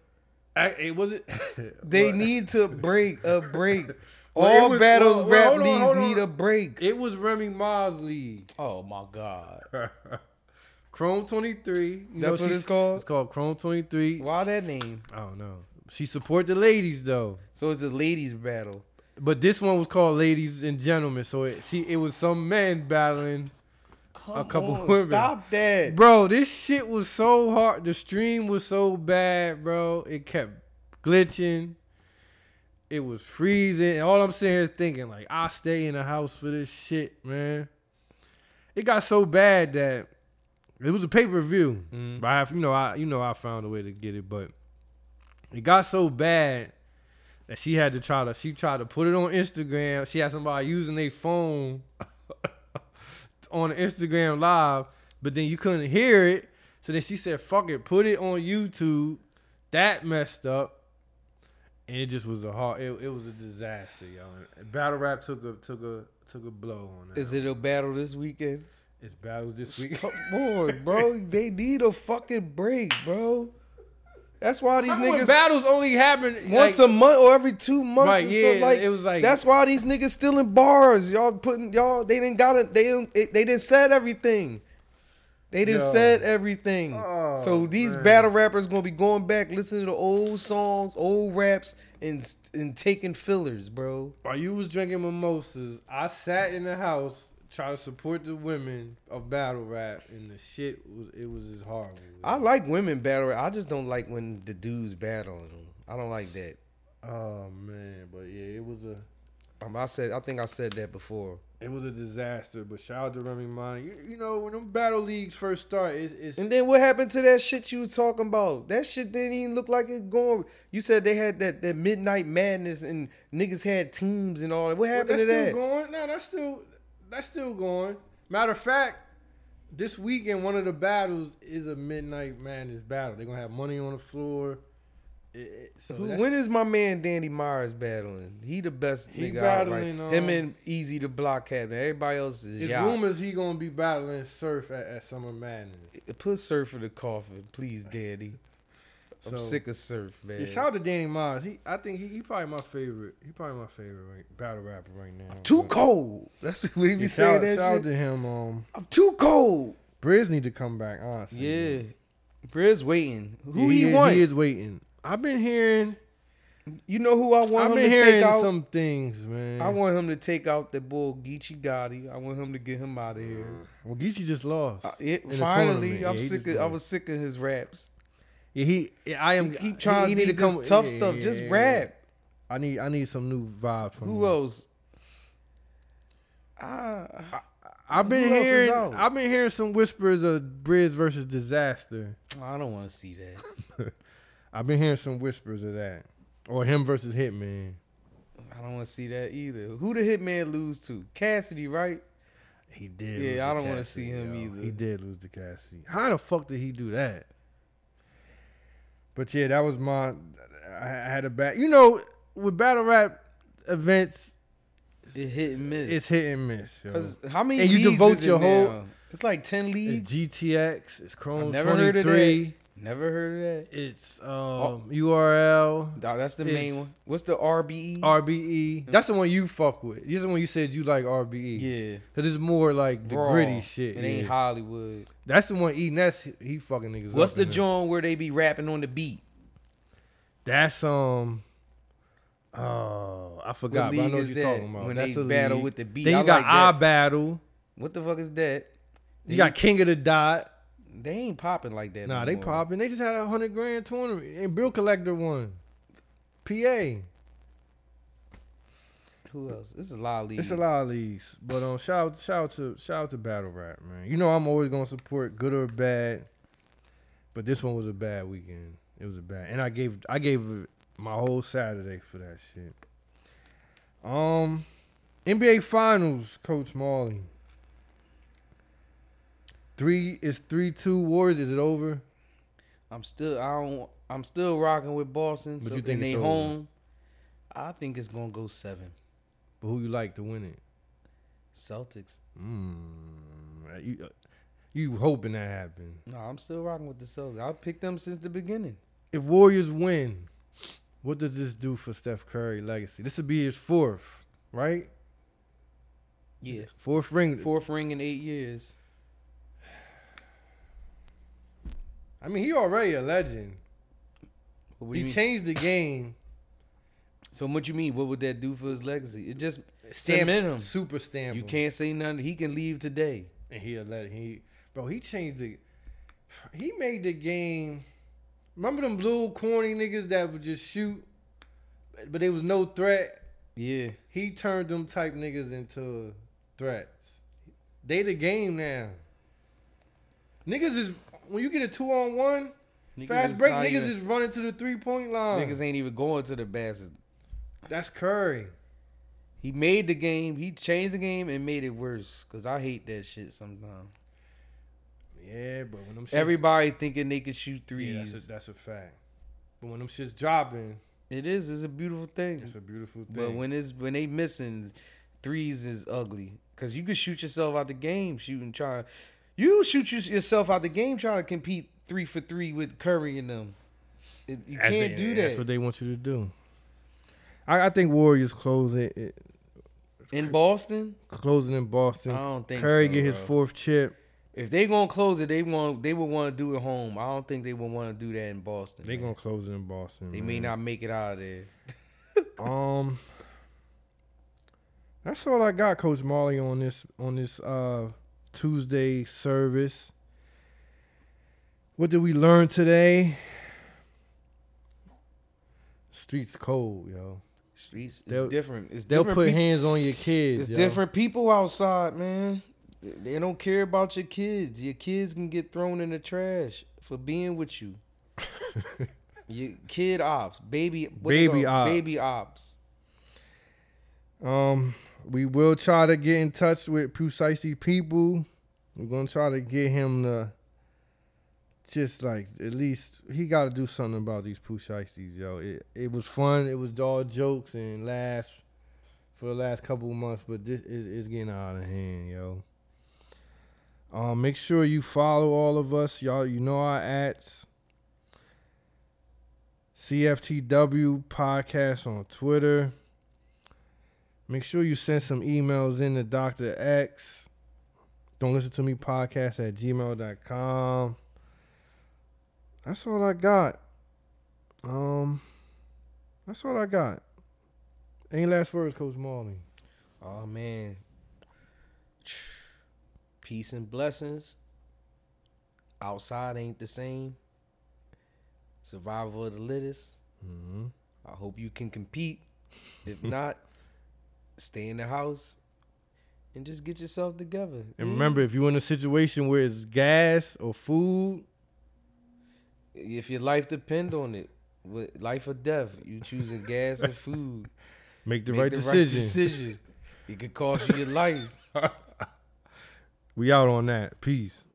Speaker 1: I, it wasn't.
Speaker 2: They need to break a break.
Speaker 1: Well, it
Speaker 2: all
Speaker 1: was-
Speaker 2: battle
Speaker 1: well, well,
Speaker 2: rap
Speaker 1: hold on,
Speaker 2: needs
Speaker 1: hold on.
Speaker 2: need a break.
Speaker 1: It was Remy Ma's league.
Speaker 2: Oh my god.
Speaker 1: Chrome twenty three.
Speaker 2: That's what it's called?
Speaker 1: It's called Chrome twenty three.
Speaker 2: Why that name?
Speaker 1: I don't know. She support the ladies though.
Speaker 2: So it's a ladies battle.
Speaker 1: But this one was called "Ladies and Gentlemen," so it, she it was some men battling a couple women.
Speaker 2: Stop that.
Speaker 1: Bro, this shit was so hard. The stream was so bad, bro. It kept glitching. It was freezing. And all I'm sitting here is thinking, like, I stay in the house for this shit, man. It got so bad that it was a pay per view. But I, you know, I you know I found a way to get it, but it got so bad that she had to try to she tried to put it on Instagram. She had somebody using their phone on Instagram live, but then you couldn't hear it. So then she said, "Fuck it, put it on YouTube." That messed up, and it just was a hard. It, it was a disaster, yo. And Battle rap took a took a took a blow on that.
Speaker 2: Is it a battle this weekend?
Speaker 1: It's battles this week.
Speaker 2: Come on, bro. They need a fucking break, bro. That's why these
Speaker 1: Remember when
Speaker 2: niggas
Speaker 1: battles only happen
Speaker 2: once
Speaker 1: like,
Speaker 2: a month or every two months.
Speaker 1: Right,
Speaker 2: or
Speaker 1: yeah,
Speaker 2: something. like
Speaker 1: it was like-
Speaker 2: that's why these niggas still in bars. Y'all putting y'all they didn't got it. They didn't it, they didn't said everything. They didn't
Speaker 1: Yo.
Speaker 2: said everything.
Speaker 1: Oh,
Speaker 2: so these
Speaker 1: man.
Speaker 2: battle rappers gonna be going back listening to old songs, old raps, and and taking fillers, bro.
Speaker 1: while you was drinking mimosas. I sat in the house trying to support the women of battle rap, and the shit was it was just horrible.
Speaker 2: I like women battle. rap. I just don't like when the dudes battling them. I don't like that.
Speaker 1: oh man, but yeah, it was a.
Speaker 2: Um, I said I think I said that before.
Speaker 1: It was a disaster, but shout out to Remy Ma. You, you know, when them battle leagues first start, it's, it's
Speaker 2: And then what happened to that shit you was talking about? That shit didn't even look like it going. You said they had that, that midnight madness and niggas had teams and all that. What
Speaker 1: But
Speaker 2: happened
Speaker 1: that's
Speaker 2: to
Speaker 1: still
Speaker 2: that?
Speaker 1: going. No, that's still that's still going. Matter of fact, this weekend one of the battles is a midnight madness battle. They're gonna have money on the floor. It- it- so
Speaker 2: Who-
Speaker 1: that's-
Speaker 2: when is my man Danny Myers battling? He the best
Speaker 1: He
Speaker 2: nigga out right.
Speaker 1: battling,
Speaker 2: Him
Speaker 1: um,
Speaker 2: and Easy the Block Captain. Everybody else is
Speaker 1: it's
Speaker 2: yeah.
Speaker 1: rumors he gonna be battling Surf at, at Summer Madness.
Speaker 2: Put Surf in the coffin, please, Daddy. I'm
Speaker 1: So-
Speaker 2: sick of Surf, man.
Speaker 1: Yeah, shout out to Danny Miles. He, I think he, he probably my favorite. He probably my favorite right, battle rapper right now.
Speaker 2: too
Speaker 1: But-
Speaker 2: cold. That's what we be
Speaker 1: Yeah,
Speaker 2: saying.
Speaker 1: shout,
Speaker 2: That
Speaker 1: shout out
Speaker 2: shit.
Speaker 1: to him. Um,
Speaker 2: I'm too cold.
Speaker 1: Briz need to come back. Honestly,
Speaker 2: Yeah, Briz waiting. Who
Speaker 1: Yeah,
Speaker 2: he,
Speaker 1: is-
Speaker 2: want?
Speaker 1: He is waiting. I've been hearing.
Speaker 2: You know who I want
Speaker 1: I've
Speaker 2: him
Speaker 1: been
Speaker 2: to take
Speaker 1: hearing
Speaker 2: out?
Speaker 1: some things, man.
Speaker 2: I want him to take out the bull Geechee Gotti. I want him to get him out of here.
Speaker 1: Well, Geechee just lost.
Speaker 2: Uh, it-
Speaker 1: Mm. in the
Speaker 2: finally,
Speaker 1: tournament.
Speaker 2: I'm
Speaker 1: Yeah, he
Speaker 2: sick. Of,
Speaker 1: just
Speaker 2: I
Speaker 1: lost.
Speaker 2: was sick of his raps.
Speaker 1: Yeah, he. Yeah, I am.
Speaker 2: Keep trying
Speaker 1: he,
Speaker 2: to
Speaker 1: he
Speaker 2: need
Speaker 1: need to come
Speaker 2: tough
Speaker 1: yeah,
Speaker 2: stuff.
Speaker 1: yeah,
Speaker 2: Just
Speaker 1: yeah. Mm.
Speaker 2: rap.
Speaker 1: I need. I need some new vibe from.
Speaker 2: Who
Speaker 1: him.
Speaker 2: else? Ah,
Speaker 1: I've been
Speaker 2: who else is
Speaker 1: hearing.
Speaker 2: out?
Speaker 1: I've been hearing some whispers of Briz versus Disaster.
Speaker 2: I don't want to see that.
Speaker 1: I've been hearing some whispers of that, or him versus Hitman.
Speaker 2: I don't want to see that either. Who the Hitman lose to? Cassidy, right?
Speaker 1: He did.
Speaker 2: Yeah,
Speaker 1: lose
Speaker 2: I don't
Speaker 1: want
Speaker 2: wanna
Speaker 1: to
Speaker 2: see him either.
Speaker 1: He did lose to Cassidy. How the fuck did he do that? But yeah, that was my. I I had a bad. You know, with battle rap events,
Speaker 2: It hit and miss.
Speaker 1: it's hit and miss. yo.
Speaker 2: 'Cause how many?
Speaker 1: And you
Speaker 2: leagues
Speaker 1: devote
Speaker 2: is it
Speaker 1: your whole-
Speaker 2: now? It's like ten
Speaker 1: It's
Speaker 2: leagues.
Speaker 1: GTX. It's Chrome
Speaker 2: never
Speaker 1: twenty
Speaker 2: heard of Oh.
Speaker 1: three.
Speaker 2: Never heard of
Speaker 1: It's um, URL
Speaker 2: that. Nah, That's the main
Speaker 1: It's-
Speaker 2: one. What's the E? RBE?
Speaker 1: RBE. E. That's the one you fuck with. This is the one you said you like RBE.
Speaker 2: yeah.
Speaker 1: Cause it's more like the
Speaker 2: Raw.
Speaker 1: gritty shit.
Speaker 2: It ain't
Speaker 1: yeah.
Speaker 2: Hollywood.
Speaker 1: That's the one E Ness he- he fucking niggas.
Speaker 2: What's
Speaker 1: up
Speaker 2: the
Speaker 1: in there.
Speaker 2: joint where they be rapping on the beat?
Speaker 1: That's um. Oh, I forgot. But I
Speaker 2: league
Speaker 1: know what
Speaker 2: is
Speaker 1: you're
Speaker 2: that?
Speaker 1: talking about.
Speaker 2: When
Speaker 1: That's
Speaker 2: they
Speaker 1: a
Speaker 2: battle
Speaker 1: league.
Speaker 2: with the beat,
Speaker 1: Then you
Speaker 2: I
Speaker 1: got
Speaker 2: like that.
Speaker 1: I battle.
Speaker 2: What the fuck is that?
Speaker 1: You got King of the Dot.
Speaker 2: They ain't popping like that.
Speaker 1: Nah,
Speaker 2: no
Speaker 1: they
Speaker 2: more.
Speaker 1: popping. They just had a hundred grand tournament and Bill Collector won. PA.
Speaker 2: Who else? This is a lot of leagues.
Speaker 1: It's a lot of leagues, but um, shout out, shout out to shout out to Battle Rap, man. You know I'm always gonna support good or bad, but this one was a bad weekend. It was a bad, and I gave I gave it my whole Saturday for that shit. Um, NBA Finals, Coach Marley. Three is three two Warriors. Is it over?
Speaker 2: I'm still I don't I'm still rocking with Boston.
Speaker 1: But
Speaker 2: so
Speaker 1: you think
Speaker 2: and they
Speaker 1: it's over?
Speaker 2: home. I think it's gonna go seven.
Speaker 1: But who you like to win it?
Speaker 2: Celtics.
Speaker 1: Mm, you you hoping that happen?
Speaker 2: No, I'm still rocking with the Celtics. I picked them since the beginning.
Speaker 1: if Warriors win, what does this do for Steph Curry legacy? This would be his fourth, right?
Speaker 2: Yeah.
Speaker 1: Fourth ring.
Speaker 2: Fourth ring in eight years.
Speaker 1: I mean, he already a legend.
Speaker 2: What do
Speaker 1: he
Speaker 2: you mean?
Speaker 1: changed the game.
Speaker 2: so what you mean? What would that do for his legacy? It just cement him.
Speaker 1: Super stamp.
Speaker 2: You
Speaker 1: him.
Speaker 2: can't say nothing. He can leave today.
Speaker 1: And he a legend. He, bro, he changed the. He made the game. Remember them little corny niggas that would just shoot, but there was no threat.
Speaker 2: Yeah.
Speaker 1: He turned them type niggas into threats. They the game now. Niggas is when you get a two on one,
Speaker 2: Niggas
Speaker 1: fast
Speaker 2: is
Speaker 1: break,
Speaker 2: not
Speaker 1: niggas
Speaker 2: even-
Speaker 1: is running to the three point line.
Speaker 2: niggas ain't even going to the basket.
Speaker 1: That's Curry.
Speaker 2: He made the game. He changed the game and made it worse. Cause I hate that shit sometimes.
Speaker 1: Yeah, but when them shits,
Speaker 2: Everybody thinking they can shoot
Speaker 1: yeah,
Speaker 2: threes.
Speaker 1: that's a, that's a fact. But when them shits dropping,
Speaker 2: it is. It's a beautiful thing.
Speaker 1: it's a beautiful thing.
Speaker 2: But when it's when they missing threes is ugly because you can shoot yourself out the game shooting trying. You shoot you- yourself out the game trying to compete three for three with Curry and them. It- you
Speaker 1: That's
Speaker 2: can't
Speaker 1: it.
Speaker 2: do
Speaker 1: That's
Speaker 2: that
Speaker 1: what they want you to do. I, I think Warriors close it, it-
Speaker 2: in Boston.
Speaker 1: closing in Boston.
Speaker 2: I don't think
Speaker 1: Curry
Speaker 2: so,
Speaker 1: get his
Speaker 2: bro.
Speaker 1: fourth chip.
Speaker 2: If they gonna close it, they want they would want to do it home. I don't think they would want to do that in Boston.
Speaker 1: They
Speaker 2: man.
Speaker 1: gonna Mm. close it in Boston.
Speaker 2: They
Speaker 1: man.
Speaker 2: may not make it out of there.
Speaker 1: Um, that's all I got, Coach Marley, on this on this uh Tuesday service. What did we learn today? Streets cold, yo.
Speaker 2: Streets is
Speaker 1: They'll-
Speaker 2: different. It's
Speaker 1: They'll
Speaker 2: different
Speaker 1: put
Speaker 2: peop-
Speaker 1: hands on your kids.
Speaker 2: It's
Speaker 1: yo.
Speaker 2: different people outside, man. They- They don't care about your kids. Your kids can get thrown in the trash for being with you. your kid ops, baby, what they
Speaker 1: Baby
Speaker 2: call-
Speaker 1: ops.
Speaker 2: baby ops.
Speaker 1: Um, we will try to get in touch with precisely people. We're gonna try to get him to just like at least he got to do something about these precisely's, yo. It it was fun. It was all jokes and laughs for the last couple of months, but this is it's getting out of hand, yo. Um, make sure you follow all of us, y'all. You know our ads. CFTW podcast on Twitter. Make sure you send some emails in to Dr. X. Don't listen to me podcast at gmail.com. That's all I got. Um, that's all I got. Any last words, Coach Marley?
Speaker 2: Oh man. Peace and blessings. Outside ain't the same. Survival of the littest.
Speaker 1: Mm-hmm.
Speaker 2: I hope you can compete. If not, stay in the house and just get yourself together.
Speaker 1: And remember, if you're in a situation where it's gas or food,
Speaker 2: if your life depend on it, with life or death, you choosing gas and food.
Speaker 1: make the,
Speaker 2: Make
Speaker 1: right, decision.
Speaker 2: decision. It could cost you your life.
Speaker 1: We out on that. Peace.